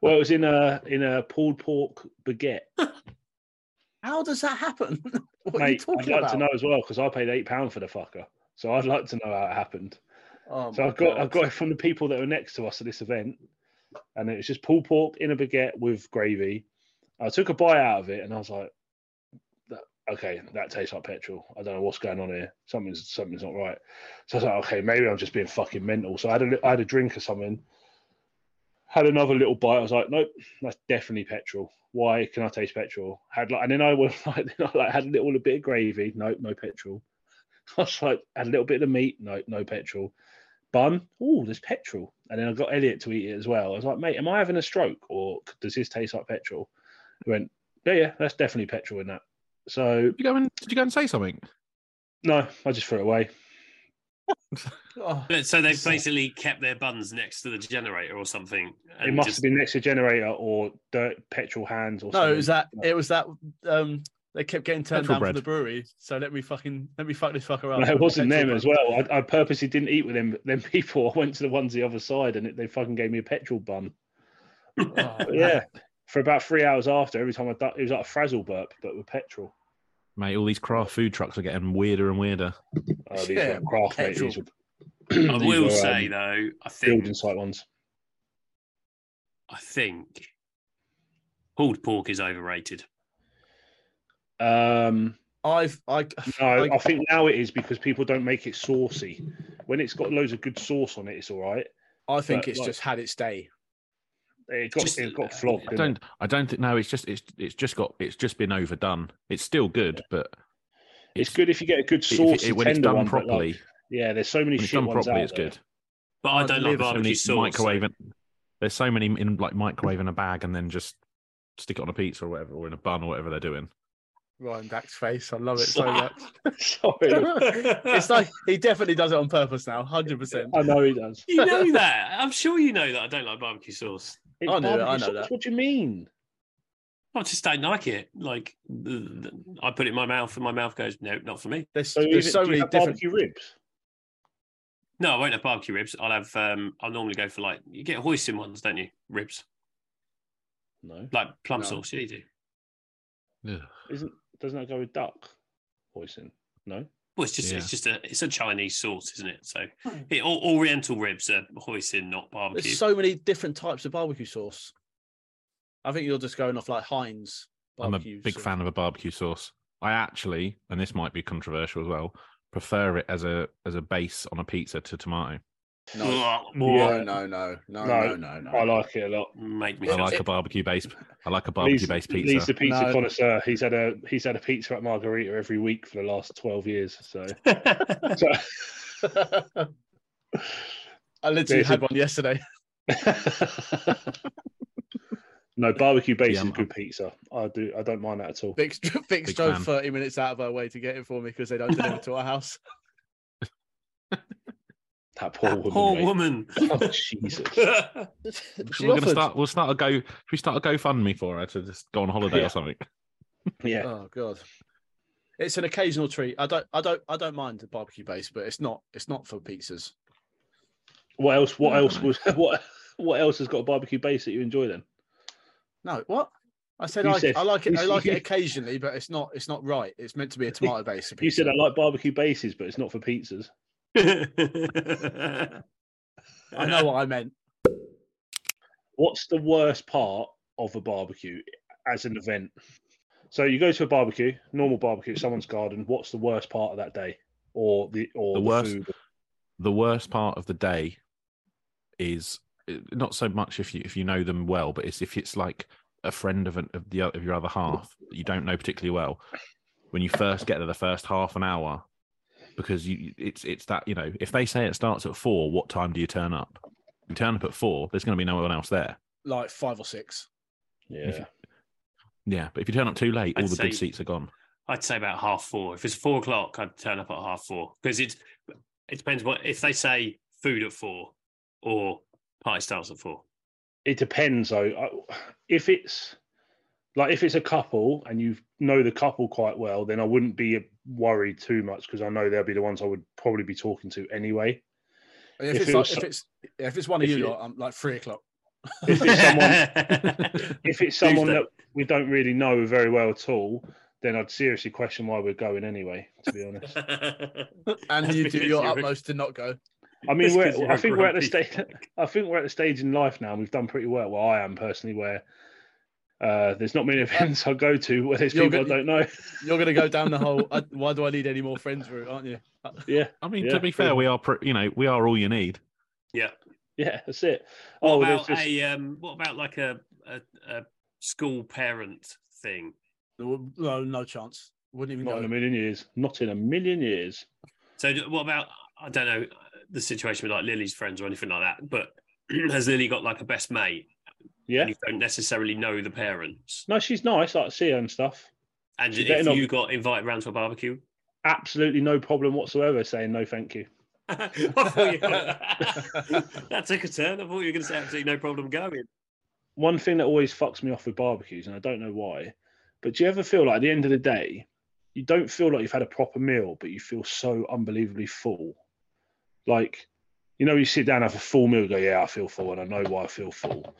Speaker 4: well, it was in a in a pulled pork baguette.
Speaker 3: How does that happen? what are you
Speaker 4: Mate, I'd
Speaker 3: talking
Speaker 4: like
Speaker 3: about?
Speaker 4: to know as well because I paid eight pound for the fucker. So I'd like to know how it happened.
Speaker 3: Oh
Speaker 4: So
Speaker 3: my
Speaker 4: I got I
Speaker 3: God.
Speaker 4: got it from the people that were next to us at this event, and it was just pulled pork in a baguette with gravy. I took a bite out of it, and I was like, that, "Okay, that tastes like petrol. I don't know what's going on here. Something's something's not right." So I was like, "Okay, maybe I'm just being fucking mental." So I had a, li- I had a drink or something. Had another little bite. I was like, "Nope, that's definitely petrol. Why can I taste petrol?" Had like, and then I was like, then I like had a little bit of gravy. Nope, no petrol. I was like, had a little bit of meat. Nope, no petrol bun. Oh, there's petrol. And then I got Elliot to eat it as well. I was like, mate, am I having a stroke or does this taste like petrol? He went, yeah, yeah, that's definitely petrol in that. So,
Speaker 5: Did you go and did you go and say something?
Speaker 4: no, I just threw it away.
Speaker 3: Oh,
Speaker 2: So they've
Speaker 4: uh,
Speaker 2: basically kept their buns next to the generator or something.
Speaker 4: it must have been next to a generator or dirt petrol hands or
Speaker 3: no,
Speaker 4: something.
Speaker 3: it was that. It was that. Um, they kept getting turned
Speaker 5: Petrol
Speaker 3: down
Speaker 5: bread.
Speaker 3: from the brewery. So let me fucking let me fuck this fucker up.
Speaker 4: No, it wasn't them
Speaker 3: Petrol
Speaker 4: as well. I, I purposely didn't eat with them, them people. I went to the ones the other side and it, they fucking gave me a petrol bun.
Speaker 3: bread. Oh,
Speaker 4: But yeah. For about three hours after, every time I du- it was like a frazzle burp, but with petrol.
Speaker 5: Mate, all these craft food trucks are getting weirder and weirder.
Speaker 4: Uh, these
Speaker 3: Yeah,
Speaker 4: were craft mate,
Speaker 3: petrol.
Speaker 4: these were-
Speaker 2: I
Speaker 4: these
Speaker 2: will
Speaker 4: were,
Speaker 2: say
Speaker 4: um,
Speaker 2: though, I think
Speaker 4: building site ones.
Speaker 2: I think pulled pork is overrated.
Speaker 4: Um,
Speaker 3: I've I
Speaker 4: no,
Speaker 3: I-
Speaker 4: I think now it is because people don't make it saucy. When it's got loads of good sauce on it, it's all right.
Speaker 3: I think
Speaker 4: But,
Speaker 3: it's
Speaker 4: like-
Speaker 3: just had its day.
Speaker 4: It got
Speaker 2: Just-
Speaker 4: it got flogged.
Speaker 5: I
Speaker 4: didn't
Speaker 5: don't I don't think no, it's just it's it's just got it's just been overdone. It's still good, but
Speaker 4: it? It's good if you get a good
Speaker 5: if-
Speaker 4: sauce
Speaker 5: it- when it's done properly.
Speaker 4: yeah, there's so many
Speaker 5: when it's
Speaker 4: shit
Speaker 5: done
Speaker 4: ones out
Speaker 5: properly, it's
Speaker 4: there.
Speaker 5: good.
Speaker 2: But I
Speaker 3: Oh,
Speaker 2: don't
Speaker 3: the liver's
Speaker 2: like
Speaker 5: So
Speaker 2: barbecue
Speaker 5: many
Speaker 2: sauce.
Speaker 5: microwave in- there's so many in like microwave in a bag and then just stick it on a pizza or whatever or in a bun or whatever they're doing.
Speaker 3: Ryan Dax's face. I love it so much.
Speaker 4: Sorry,
Speaker 3: it's like he definitely does it on purpose now, hundred percent.
Speaker 4: I know he does.
Speaker 2: you know that. I'm sure you know that I don't like barbecue sauce.
Speaker 4: It's
Speaker 3: I know that, I
Speaker 4: barbecue
Speaker 3: know
Speaker 4: sauce,
Speaker 3: that.
Speaker 4: What do you mean?
Speaker 2: I just don't like it. Like th- th- I put it in my mouth, and my mouth goes, "No, not for me."
Speaker 3: There's,
Speaker 4: So
Speaker 3: there's
Speaker 4: even-
Speaker 3: so
Speaker 4: do you
Speaker 3: many
Speaker 4: have
Speaker 3: different.
Speaker 4: barbecue ribs.
Speaker 2: No, I won't have barbecue ribs. I'll have. um I'll normally go for like you get hoisin ones, don't you? Ribs
Speaker 4: No,
Speaker 2: like plum
Speaker 3: No.
Speaker 2: sauce. Yeah, you do.
Speaker 4: isn't doesn't that go with duck hoisin? No,
Speaker 2: Well, it's just it's
Speaker 5: Yeah.
Speaker 2: just a it's a Chinese sauce, isn't it? So it, all, Oriental ribs are hoisin, not barbecue.
Speaker 3: There's so many different types of barbecue sauce. I think you're just going off like Heinz.
Speaker 5: I'm a
Speaker 3: barbecue
Speaker 5: big
Speaker 3: sauce.
Speaker 5: fan of a barbecue sauce. I actually, and this might be controversial as well, prefer it as a as a base on a pizza to tomato.
Speaker 3: No,
Speaker 2: Ugh,
Speaker 4: Yeah.
Speaker 2: more
Speaker 3: no, no, no, no,
Speaker 4: No,
Speaker 3: no, no.
Speaker 4: I like it a lot.
Speaker 2: make me
Speaker 5: I like
Speaker 2: feel
Speaker 5: a barbecue based. I like a barbecue
Speaker 4: Lee's-
Speaker 5: based
Speaker 4: Lee's
Speaker 5: pizza.
Speaker 4: the pizza
Speaker 3: No.
Speaker 4: connoisseur. He's had a he's had a pizza at Margarita every week for the last twelve years. So, so
Speaker 3: I literally
Speaker 4: There's a-
Speaker 3: had one yesterday.
Speaker 4: no, barbecue base
Speaker 5: Yeah,
Speaker 4: is good pizza. I do. I don't mind that at all.
Speaker 3: Vix, Vix
Speaker 5: Big
Speaker 3: drove
Speaker 5: fan.
Speaker 3: 30 minutes out of her way to get it for me because they don't deliver to our house.
Speaker 4: That poor
Speaker 2: that
Speaker 4: woman.
Speaker 2: poor
Speaker 4: mate.
Speaker 2: woman.
Speaker 4: Oh Jesus.
Speaker 3: She
Speaker 5: We're going to
Speaker 3: offered-
Speaker 5: start. We'll start a go. Should we start a GoFundMe for her to just go on holiday
Speaker 4: Yeah.
Speaker 5: or something?
Speaker 4: Yeah.
Speaker 3: Oh god. It's an occasional treat. I don't I don't I don't mind the barbecue base, but it's not it's not for pizzas.
Speaker 4: What else? What else was what? What else has got a barbecue base that you enjoy then?
Speaker 3: No, what? I said,
Speaker 4: You
Speaker 3: I,
Speaker 4: said-
Speaker 3: I like it. I
Speaker 4: you-
Speaker 3: like it
Speaker 4: you-
Speaker 3: occasionally, but it's not. It's not right. It's meant to be a tomato base.
Speaker 4: You said I like barbecue bases, but it's not for pizzas.
Speaker 2: I
Speaker 3: I know what I meant.
Speaker 4: What's the worst part of a barbecue as an event. So you go to a barbecue, normal barbecue, someone's garden. What's the worst part of that day, or the or
Speaker 5: The
Speaker 4: the,
Speaker 5: worst-
Speaker 4: food?
Speaker 5: the worst part of the day is eh, not so much if you if you know them well, but it's if it's like a friend of an, of the of your other half that you don't know particularly well. When you first get there, the first half an hour, because you it's it's that you know if they say it starts at four, what time do you turn up? You turn up at four, there's going to be no one else there.
Speaker 3: like five or six.
Speaker 4: Yeah,
Speaker 5: Yeah, but if you turn up too late, all
Speaker 2: I'd
Speaker 5: the good
Speaker 2: say-
Speaker 5: seats are gone.
Speaker 2: I'd say about half four. If it's four o'clock, I'd turn up at half four because it's it depends what if they say food at four or party starts at four.
Speaker 4: it depends though. I- If it's like if it's a couple and you know the couple quite well, then I wouldn't be worried too much because I know they'll be the ones I would probably be talking to anyway.
Speaker 3: If,
Speaker 4: If
Speaker 3: it's
Speaker 4: it
Speaker 3: like,
Speaker 4: was
Speaker 3: if
Speaker 4: so-
Speaker 3: it's yeah, if it's one of
Speaker 4: if
Speaker 3: you,
Speaker 4: you-
Speaker 3: lot, I'm like three o'clock.
Speaker 4: If it's someone, if it's someone
Speaker 2: Tuesday.
Speaker 4: that we don't really know very well at all, then I'd seriously question why we're going anyway. To be honest.
Speaker 3: And
Speaker 2: That's
Speaker 3: you do
Speaker 2: because
Speaker 3: your
Speaker 2: you're-
Speaker 3: utmost to not go.
Speaker 4: I mean,
Speaker 2: Just
Speaker 4: we're,
Speaker 2: 'cause you're
Speaker 4: I
Speaker 2: a
Speaker 4: think we're at the
Speaker 2: grumpy
Speaker 4: stage. I think we're at the stage in life now. and We've done pretty well. Well, I am personally where uh, there's not many events I go to where there's
Speaker 3: You're
Speaker 4: people
Speaker 3: good-
Speaker 4: I don't know.
Speaker 3: You're gonna go down the whole. I, why do I need any more friends route? Aren't you?
Speaker 4: yeah,
Speaker 5: I mean,
Speaker 4: Yeah.
Speaker 5: to be fair, we are pre- you know we are all you need.
Speaker 4: yeah, that's it.
Speaker 2: What
Speaker 4: Oh, there's
Speaker 2: about
Speaker 4: just
Speaker 2: a um, what about like a, a a school parent thing?
Speaker 3: No, no chance. Wouldn't even
Speaker 4: not in a
Speaker 3: go.
Speaker 4: million years. Not in a million years.
Speaker 2: So d- what about I don't know the situation with like Lily's friends or anything like that, but has Lily got like a best mate?
Speaker 4: Yeah.
Speaker 2: And you don't necessarily know the parents.
Speaker 4: No, she's nice. Like, I see her and stuff.
Speaker 2: And
Speaker 4: She better
Speaker 2: if
Speaker 4: not-
Speaker 2: you got invited round to a barbecue,
Speaker 4: Absolutely no problem whatsoever saying no, thank you.
Speaker 2: I thought you that took a turn. I thought you were going to say absolutely no problem going.
Speaker 4: one thing that always fucks me off with barbecues, and I don't know why, but do you ever feel like at the end of the day, you don't feel like you've had a proper meal, but you feel so unbelievably full? Like, you know, you sit down, have a full meal, go, yeah, I feel full, and I know why I feel full.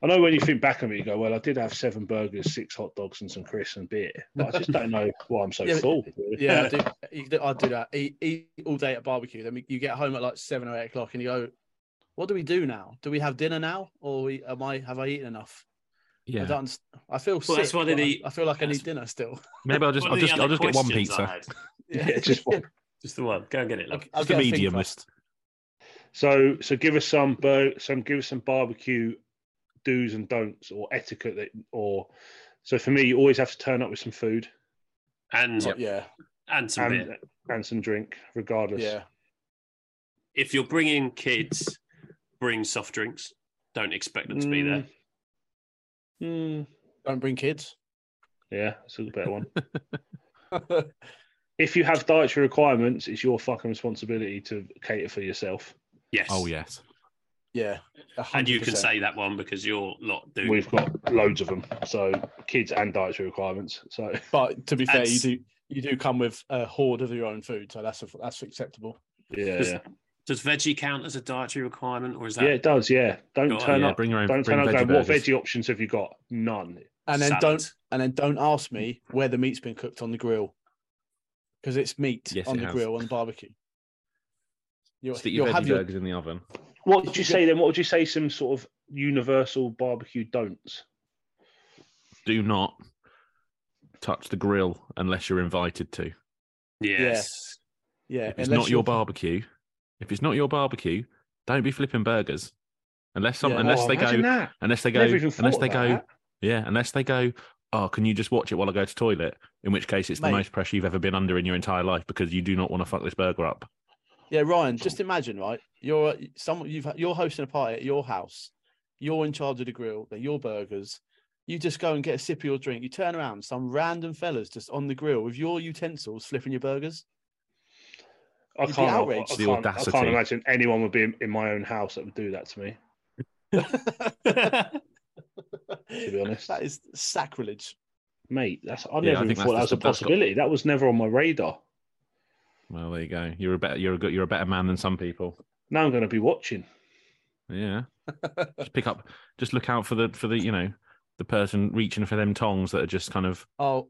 Speaker 4: I know when you think back on it, you go, well, I did have seven burgers, six hot dogs, and some crisps and beer, but I just don't know why I'm so
Speaker 3: Yeah, but-
Speaker 4: full.
Speaker 3: Yeah, I do, you do- I do that. Eat, eat all day at barbecue. Then we- you get home at like seven or eight o'clock, and you go, "What do we do now? Do we have dinner now, or we, am I have I eaten enough? I
Speaker 5: Yeah,
Speaker 3: don't. underst- I feel sick.
Speaker 2: that's why they
Speaker 3: but I-
Speaker 2: eat-
Speaker 3: I feel like I
Speaker 2: that's-
Speaker 3: need dinner still.
Speaker 5: maybe I'll just
Speaker 2: One
Speaker 5: I'll
Speaker 2: of the
Speaker 5: just
Speaker 2: other
Speaker 5: I'll just get one
Speaker 2: questions
Speaker 5: pizza.
Speaker 2: I had.
Speaker 4: Yeah, just one.
Speaker 2: Just the one. Go and get it.
Speaker 3: I'll,
Speaker 2: love.
Speaker 3: I'll
Speaker 5: Just a
Speaker 3: get a thing
Speaker 5: medium
Speaker 3: first.
Speaker 5: list.
Speaker 4: So, so give us some, bur- some give us some barbecue do's and don'ts or etiquette that, or so for me, you always have to turn up with some food.
Speaker 2: And
Speaker 3: Oh, yeah,
Speaker 2: and some beer.
Speaker 4: and, and some drink, regardless.
Speaker 3: yeah.
Speaker 2: If you're bringing kids, bring soft drinks. Don't expect them to be there. Hmm.
Speaker 4: Mm,
Speaker 3: Don't bring kids.
Speaker 4: yeah, it's a better one.
Speaker 3: yeah,
Speaker 4: if you have dietary requirements, it's your fucking responsibility to cater for yourself.
Speaker 2: Yes.
Speaker 5: Oh yes,
Speaker 3: a
Speaker 2: And
Speaker 3: hundred
Speaker 2: you can
Speaker 3: percent.
Speaker 2: say that one because you're lot do.
Speaker 4: We've got loads of them, so kids and dietary requirements. So
Speaker 3: But to be fair, you
Speaker 2: That's-
Speaker 3: do you do come with a horde of your own food, so that's that's acceptable.
Speaker 4: yeah,
Speaker 2: Does-
Speaker 4: yeah,
Speaker 2: Does veggie count as a dietary requirement, or is that
Speaker 4: yeah, it does. Yeah, don't
Speaker 2: Go on,
Speaker 4: turn
Speaker 5: yeah,
Speaker 4: up.
Speaker 5: bring your own.
Speaker 4: Don't
Speaker 5: bring
Speaker 4: turn up
Speaker 5: veggie
Speaker 4: going, what
Speaker 5: burgers.
Speaker 4: veggie options have you got? None.
Speaker 3: And then
Speaker 2: salad?
Speaker 3: don't and then don't ask me where the meat's been cooked on the grill because it's meat
Speaker 5: Yes,
Speaker 3: on
Speaker 5: it
Speaker 3: the
Speaker 5: has.
Speaker 3: grill on the barbecue. You'll,
Speaker 5: Stick
Speaker 3: you'll
Speaker 5: your
Speaker 3: have
Speaker 5: veggie
Speaker 3: your
Speaker 5: burgers in the oven.
Speaker 4: What would you say then? What would you say? Some sort of universal barbecue don'ts.
Speaker 5: Do not touch the grill unless you're invited to.
Speaker 2: Yes.
Speaker 3: yeah.
Speaker 5: If it's
Speaker 3: unless
Speaker 5: not your
Speaker 3: you're-
Speaker 5: barbecue, if it's not your barbecue, don't be flipping burgers. Unless some,
Speaker 3: Yeah.
Speaker 5: unless
Speaker 4: Oh,
Speaker 5: they go,
Speaker 4: imagine that.
Speaker 5: unless they go,
Speaker 4: Never even
Speaker 5: unless
Speaker 4: thought
Speaker 5: they go,
Speaker 4: about that.
Speaker 5: yeah, unless they go. Oh, can you just watch it while I go to toilet? In which case, it's
Speaker 3: Mate.
Speaker 5: the most pressure you've ever been under in your entire life because you do not want to fuck this burger up.
Speaker 3: Yeah, Ryan, just imagine, right? You're someone you've you're hosting a party at your house. You're in charge of the grill. They're your burgers. You just go and get a sip of your drink. You turn around, some random fellas just on the grill with your utensils flipping your burgers.
Speaker 4: I
Speaker 3: You'd be
Speaker 4: can't, I, I,
Speaker 3: outraged.
Speaker 5: The
Speaker 4: can't, I
Speaker 5: audacity.
Speaker 4: can't imagine anyone would be in, in my own house that would do that to me.
Speaker 3: to
Speaker 4: be honest.
Speaker 3: that is sacrilege.
Speaker 4: Mate, that's
Speaker 5: Yeah,
Speaker 4: I
Speaker 5: I
Speaker 4: never even
Speaker 5: think that's
Speaker 4: thought that
Speaker 5: just-
Speaker 4: was a
Speaker 5: that's got-
Speaker 4: possibility. That was never on my radar.
Speaker 5: Well, there you go. You're a better, you're a good, you're a better man than some people.
Speaker 4: Now I'm going to be watching.
Speaker 5: Yeah. just pick up. Just look out for the for the you know the person reaching for them tongs that are just kind of
Speaker 3: Oh,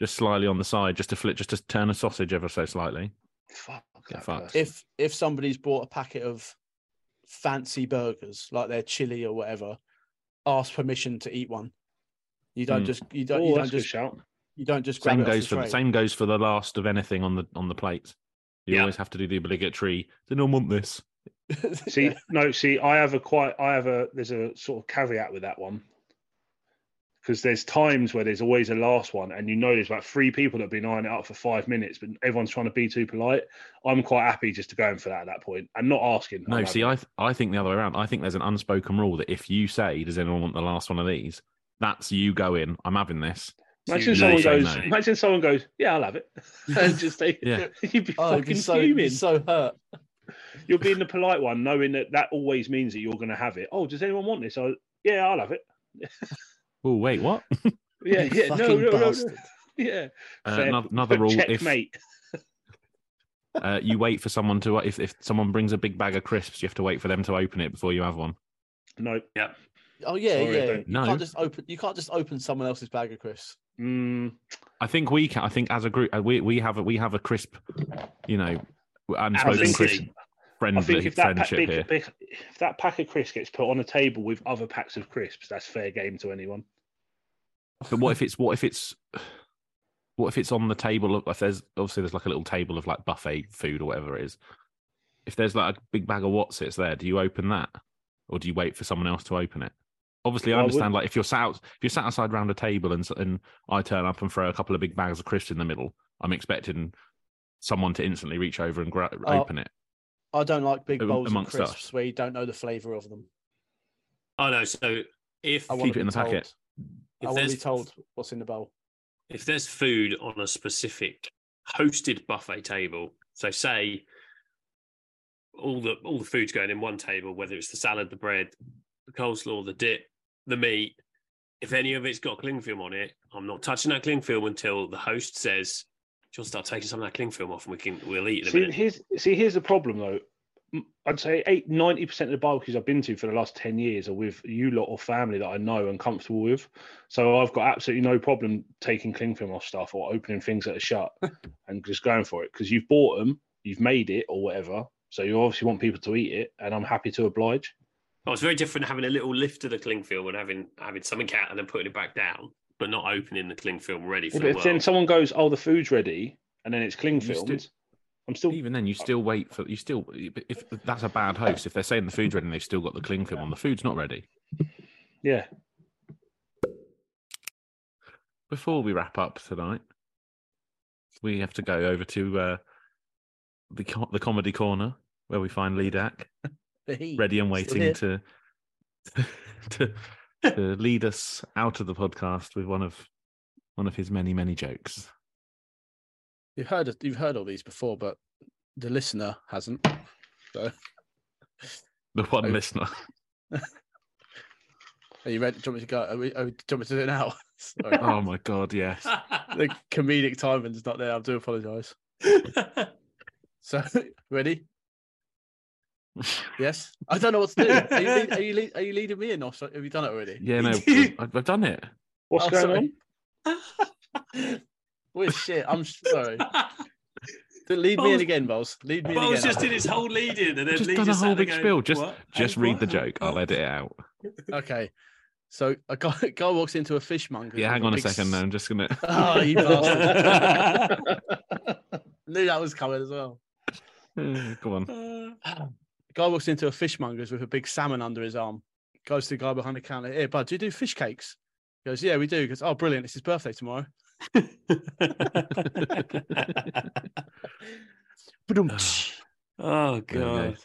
Speaker 5: just slyly on the side, just to flip, just to turn a sausage ever so slightly.
Speaker 4: Fuck.
Speaker 5: Get
Speaker 4: that
Speaker 5: fucked.
Speaker 4: person.
Speaker 3: if if somebody's brought a packet of fancy burgers, like their chili or whatever, ask permission to eat one. You don't
Speaker 5: Mm.
Speaker 3: just you don't
Speaker 4: Oh,
Speaker 3: you
Speaker 4: that's
Speaker 3: don't
Speaker 4: a good
Speaker 3: just
Speaker 4: shout.
Speaker 3: you don't just grab
Speaker 5: Same
Speaker 3: it off
Speaker 5: goes
Speaker 3: the
Speaker 5: for the
Speaker 3: tray.
Speaker 5: same goes for the last of anything on the on the plate. You
Speaker 2: Yeah.
Speaker 5: always have to do the obligatory. Does anyone want this?
Speaker 4: See,
Speaker 3: Yeah.
Speaker 4: no, see, I have a quite, I have a, there's a sort of caveat with that one. Because there's times where there's always a last one, and you know there's about three people that have been eyeing it up for five minutes, but everyone's trying to be too polite. I'm quite happy just to go in for that at that point and not asking.
Speaker 5: No,
Speaker 4: I'm
Speaker 5: see,
Speaker 4: happy.
Speaker 5: I th- I think the other way around. I think there's an unspoken rule that if you say, "Does anyone want the last one of these?" That's you go in. I'm having this.
Speaker 4: imagine
Speaker 5: you
Speaker 4: someone
Speaker 5: know you
Speaker 4: goes,
Speaker 5: say no.
Speaker 4: imagine someone goes, yeah, I'll have it, and just take
Speaker 5: Yeah.
Speaker 4: You'd be
Speaker 3: Oh, you'd be
Speaker 4: fucking
Speaker 3: so, you'd be
Speaker 4: fuming.
Speaker 3: so hurt.
Speaker 4: You're being the polite one, knowing that that always means that you're going to have it. Oh, does anyone want this? I, yeah, I'll have it.
Speaker 5: Oh wait, what?
Speaker 4: Yeah,
Speaker 3: You
Speaker 4: yeah, no,
Speaker 3: fucking
Speaker 4: no, no, no.
Speaker 3: bastard.
Speaker 4: yeah.
Speaker 5: Uh,
Speaker 4: Fair.
Speaker 5: ano- another rule: if
Speaker 4: Checkmate.
Speaker 5: uh, you wait for someone to, if if someone brings a big bag of crisps, you have to wait for them to open it before you have one.
Speaker 4: No.
Speaker 3: Oh yeah,
Speaker 4: Sorry, I
Speaker 3: yeah. You
Speaker 4: don't-
Speaker 5: No.
Speaker 3: can't just open. You can't just open someone else's bag of crisps.
Speaker 4: Mm,
Speaker 5: I think we can. I think as a group, uh, we we have a, we have a crisp, you know, unspoken
Speaker 4: Absolutely.
Speaker 5: crisp
Speaker 4: I
Speaker 5: friendly
Speaker 4: think if that, pack,
Speaker 5: friendship
Speaker 4: big,
Speaker 5: here.
Speaker 4: big- if that pack of crisps gets put on a table with other packs of crisps, that's fair game to anyone.
Speaker 5: But what if it's what if it's what if it's on the table? Of, if there's obviously there's like a little table of like buffet food or whatever it is. If there's like a big bag of what's it's there, do you open that or do you wait for someone else to open it? Obviously, I
Speaker 4: Well, I
Speaker 5: understand. Like if you're sat out- if you're sat outside round a table and s- and I turn up and throw a couple of big bags of crisps in the middle, I'm expecting someone to instantly reach over and gra-
Speaker 3: Oh,
Speaker 5: open it.
Speaker 3: I don't like big
Speaker 5: Am-
Speaker 3: bowls of
Speaker 5: amongst us.
Speaker 3: crisps where you don't know the flavour of them.
Speaker 2: Oh no! So if
Speaker 3: I want
Speaker 5: Keep
Speaker 3: to
Speaker 5: it in
Speaker 3: be
Speaker 5: the
Speaker 3: told,
Speaker 5: packet.
Speaker 3: I
Speaker 2: if
Speaker 3: want to be
Speaker 2: there's
Speaker 3: told what's in the bowl.
Speaker 2: if there's food on a specific hosted buffet table, so say all the all the food's going in one table, whether it's the salad, the bread, the coleslaw, the dip, the meat. If any of it's got cling film on it, I'm not touching that cling film until the host says, "Do you want to start taking some of that cling film off, and we can we'll eat it." in a
Speaker 4: See,
Speaker 2: minute."
Speaker 4: here's, see, here's the problem though. M- I'd say eight, 90% of the barbecues I've been to for the last 10 years are with you lot or family that I know and comfortable with. So I've got absolutely no problem taking cling film off stuff or opening things that are shut and just going for it because you've bought them, you've made it or whatever. So you obviously want people to eat it, and I'm happy to oblige.
Speaker 2: Oh, it's very different having a little lift of the cling film and having having something out and then putting it back down, but not opening the cling film ready for
Speaker 4: Yeah,
Speaker 2: the
Speaker 4: but if
Speaker 2: world.
Speaker 4: then someone goes, "Oh, the food's ready," and then it's cling
Speaker 5: You still-
Speaker 4: filmed, I'm still
Speaker 5: Even then, you still wait for you still. If that's a bad host, if they're saying the food's ready and they've still got the cling film on, the food's not ready.
Speaker 4: yeah.
Speaker 5: before we wrap up tonight, we have to go over to uh, the co- the comedy corner where we find Ledak ready and waiting
Speaker 3: here.
Speaker 5: to to, to lead us out of the podcast with one of one of his many many jokes.
Speaker 3: You've heard of, you've heard all these before, but the listener hasn't.
Speaker 5: The one
Speaker 3: Oh.
Speaker 5: listener.
Speaker 3: Are you ready? Do you want me to go? Are we, are we, do you want me to do it now? Sorry.
Speaker 5: Oh my god, yes.
Speaker 3: the comedic timing is not there. I do apologise. So ready? Yes. I don't know what to do. Are you, lead, are you, lead, are you leading me in, or so- have you done it already?
Speaker 5: Yeah, no, I've, I've done it.
Speaker 4: What's
Speaker 3: Oh,
Speaker 4: going
Speaker 3: sorry.
Speaker 4: on?
Speaker 3: Weird shit. I'm sorry. Lead me in
Speaker 2: Bowls-
Speaker 3: again, Bowles. Lead me in
Speaker 2: well,
Speaker 3: again.
Speaker 2: it's just in its whole lead in, and then
Speaker 5: Just
Speaker 2: Lee
Speaker 5: done a
Speaker 2: just sat
Speaker 5: whole
Speaker 2: there
Speaker 5: big
Speaker 2: going,
Speaker 5: spill. Just
Speaker 2: "What?
Speaker 5: just
Speaker 2: Hey,
Speaker 5: read
Speaker 2: what?
Speaker 5: the joke. I'll edit it out.
Speaker 3: Okay. So a guy, a guy walks into a fishmonger.
Speaker 5: Yeah,
Speaker 3: with
Speaker 5: hang on a
Speaker 3: big s-
Speaker 5: second. No, I'm just gonna.
Speaker 3: Oh, you bastard. Knew that was coming as well.
Speaker 5: Come on.
Speaker 3: Guy walks into a fishmonger's with a big salmon under his arm. Goes to the guy behind the counter. Hey, bud, do you do fish cakes? He goes, yeah, we do. He goes, oh, brilliant. It's his birthday tomorrow. Ba-dum-tsh.
Speaker 2: oh
Speaker 5: There we go.
Speaker 2: god!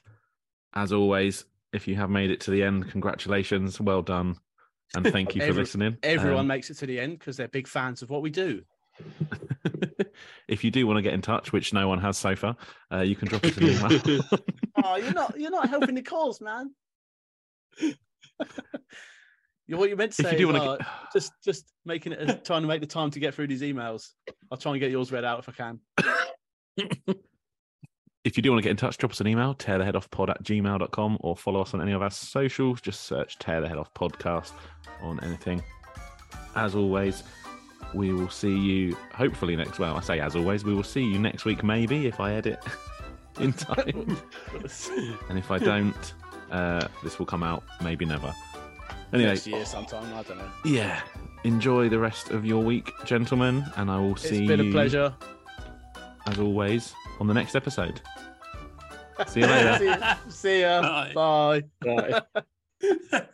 Speaker 5: As always, if you have made it to the end, congratulations, well done, and thank you for
Speaker 3: Every-
Speaker 5: listening.
Speaker 3: Everyone
Speaker 5: Um,
Speaker 3: makes it to the end because they're big fans of what we do.
Speaker 5: if you do want to get in touch, which no one has so far, uh, you can drop us an email.
Speaker 3: Oh, you're not you're not helping the cause, man. you what you meant to say
Speaker 5: if you
Speaker 3: is,
Speaker 5: do want to,
Speaker 3: "Oh,
Speaker 5: get...
Speaker 3: just just making it trying to make the time to get through these emails. I'll try and get yours read out if I can.
Speaker 5: if you do want to get in touch, drop us an email, tear the head off pod at gmail.com or follow us on any of our socials. Just search tear the head off podcast on anything. As always, we will see you hopefully next well, I say as always, we will see you next week maybe if I edit in time. and if I don't, uh, this will come out maybe never. Anyway,
Speaker 3: next year sometime. I don't know.
Speaker 5: yeah. Enjoy the rest of your week, gentlemen, and I will
Speaker 3: It's
Speaker 5: see
Speaker 3: been
Speaker 5: you
Speaker 3: a pleasure.
Speaker 5: as always on the next episode. See you later.
Speaker 3: See ya.
Speaker 2: Bye.
Speaker 3: Bye.
Speaker 4: Right.
Speaker 2: Bye.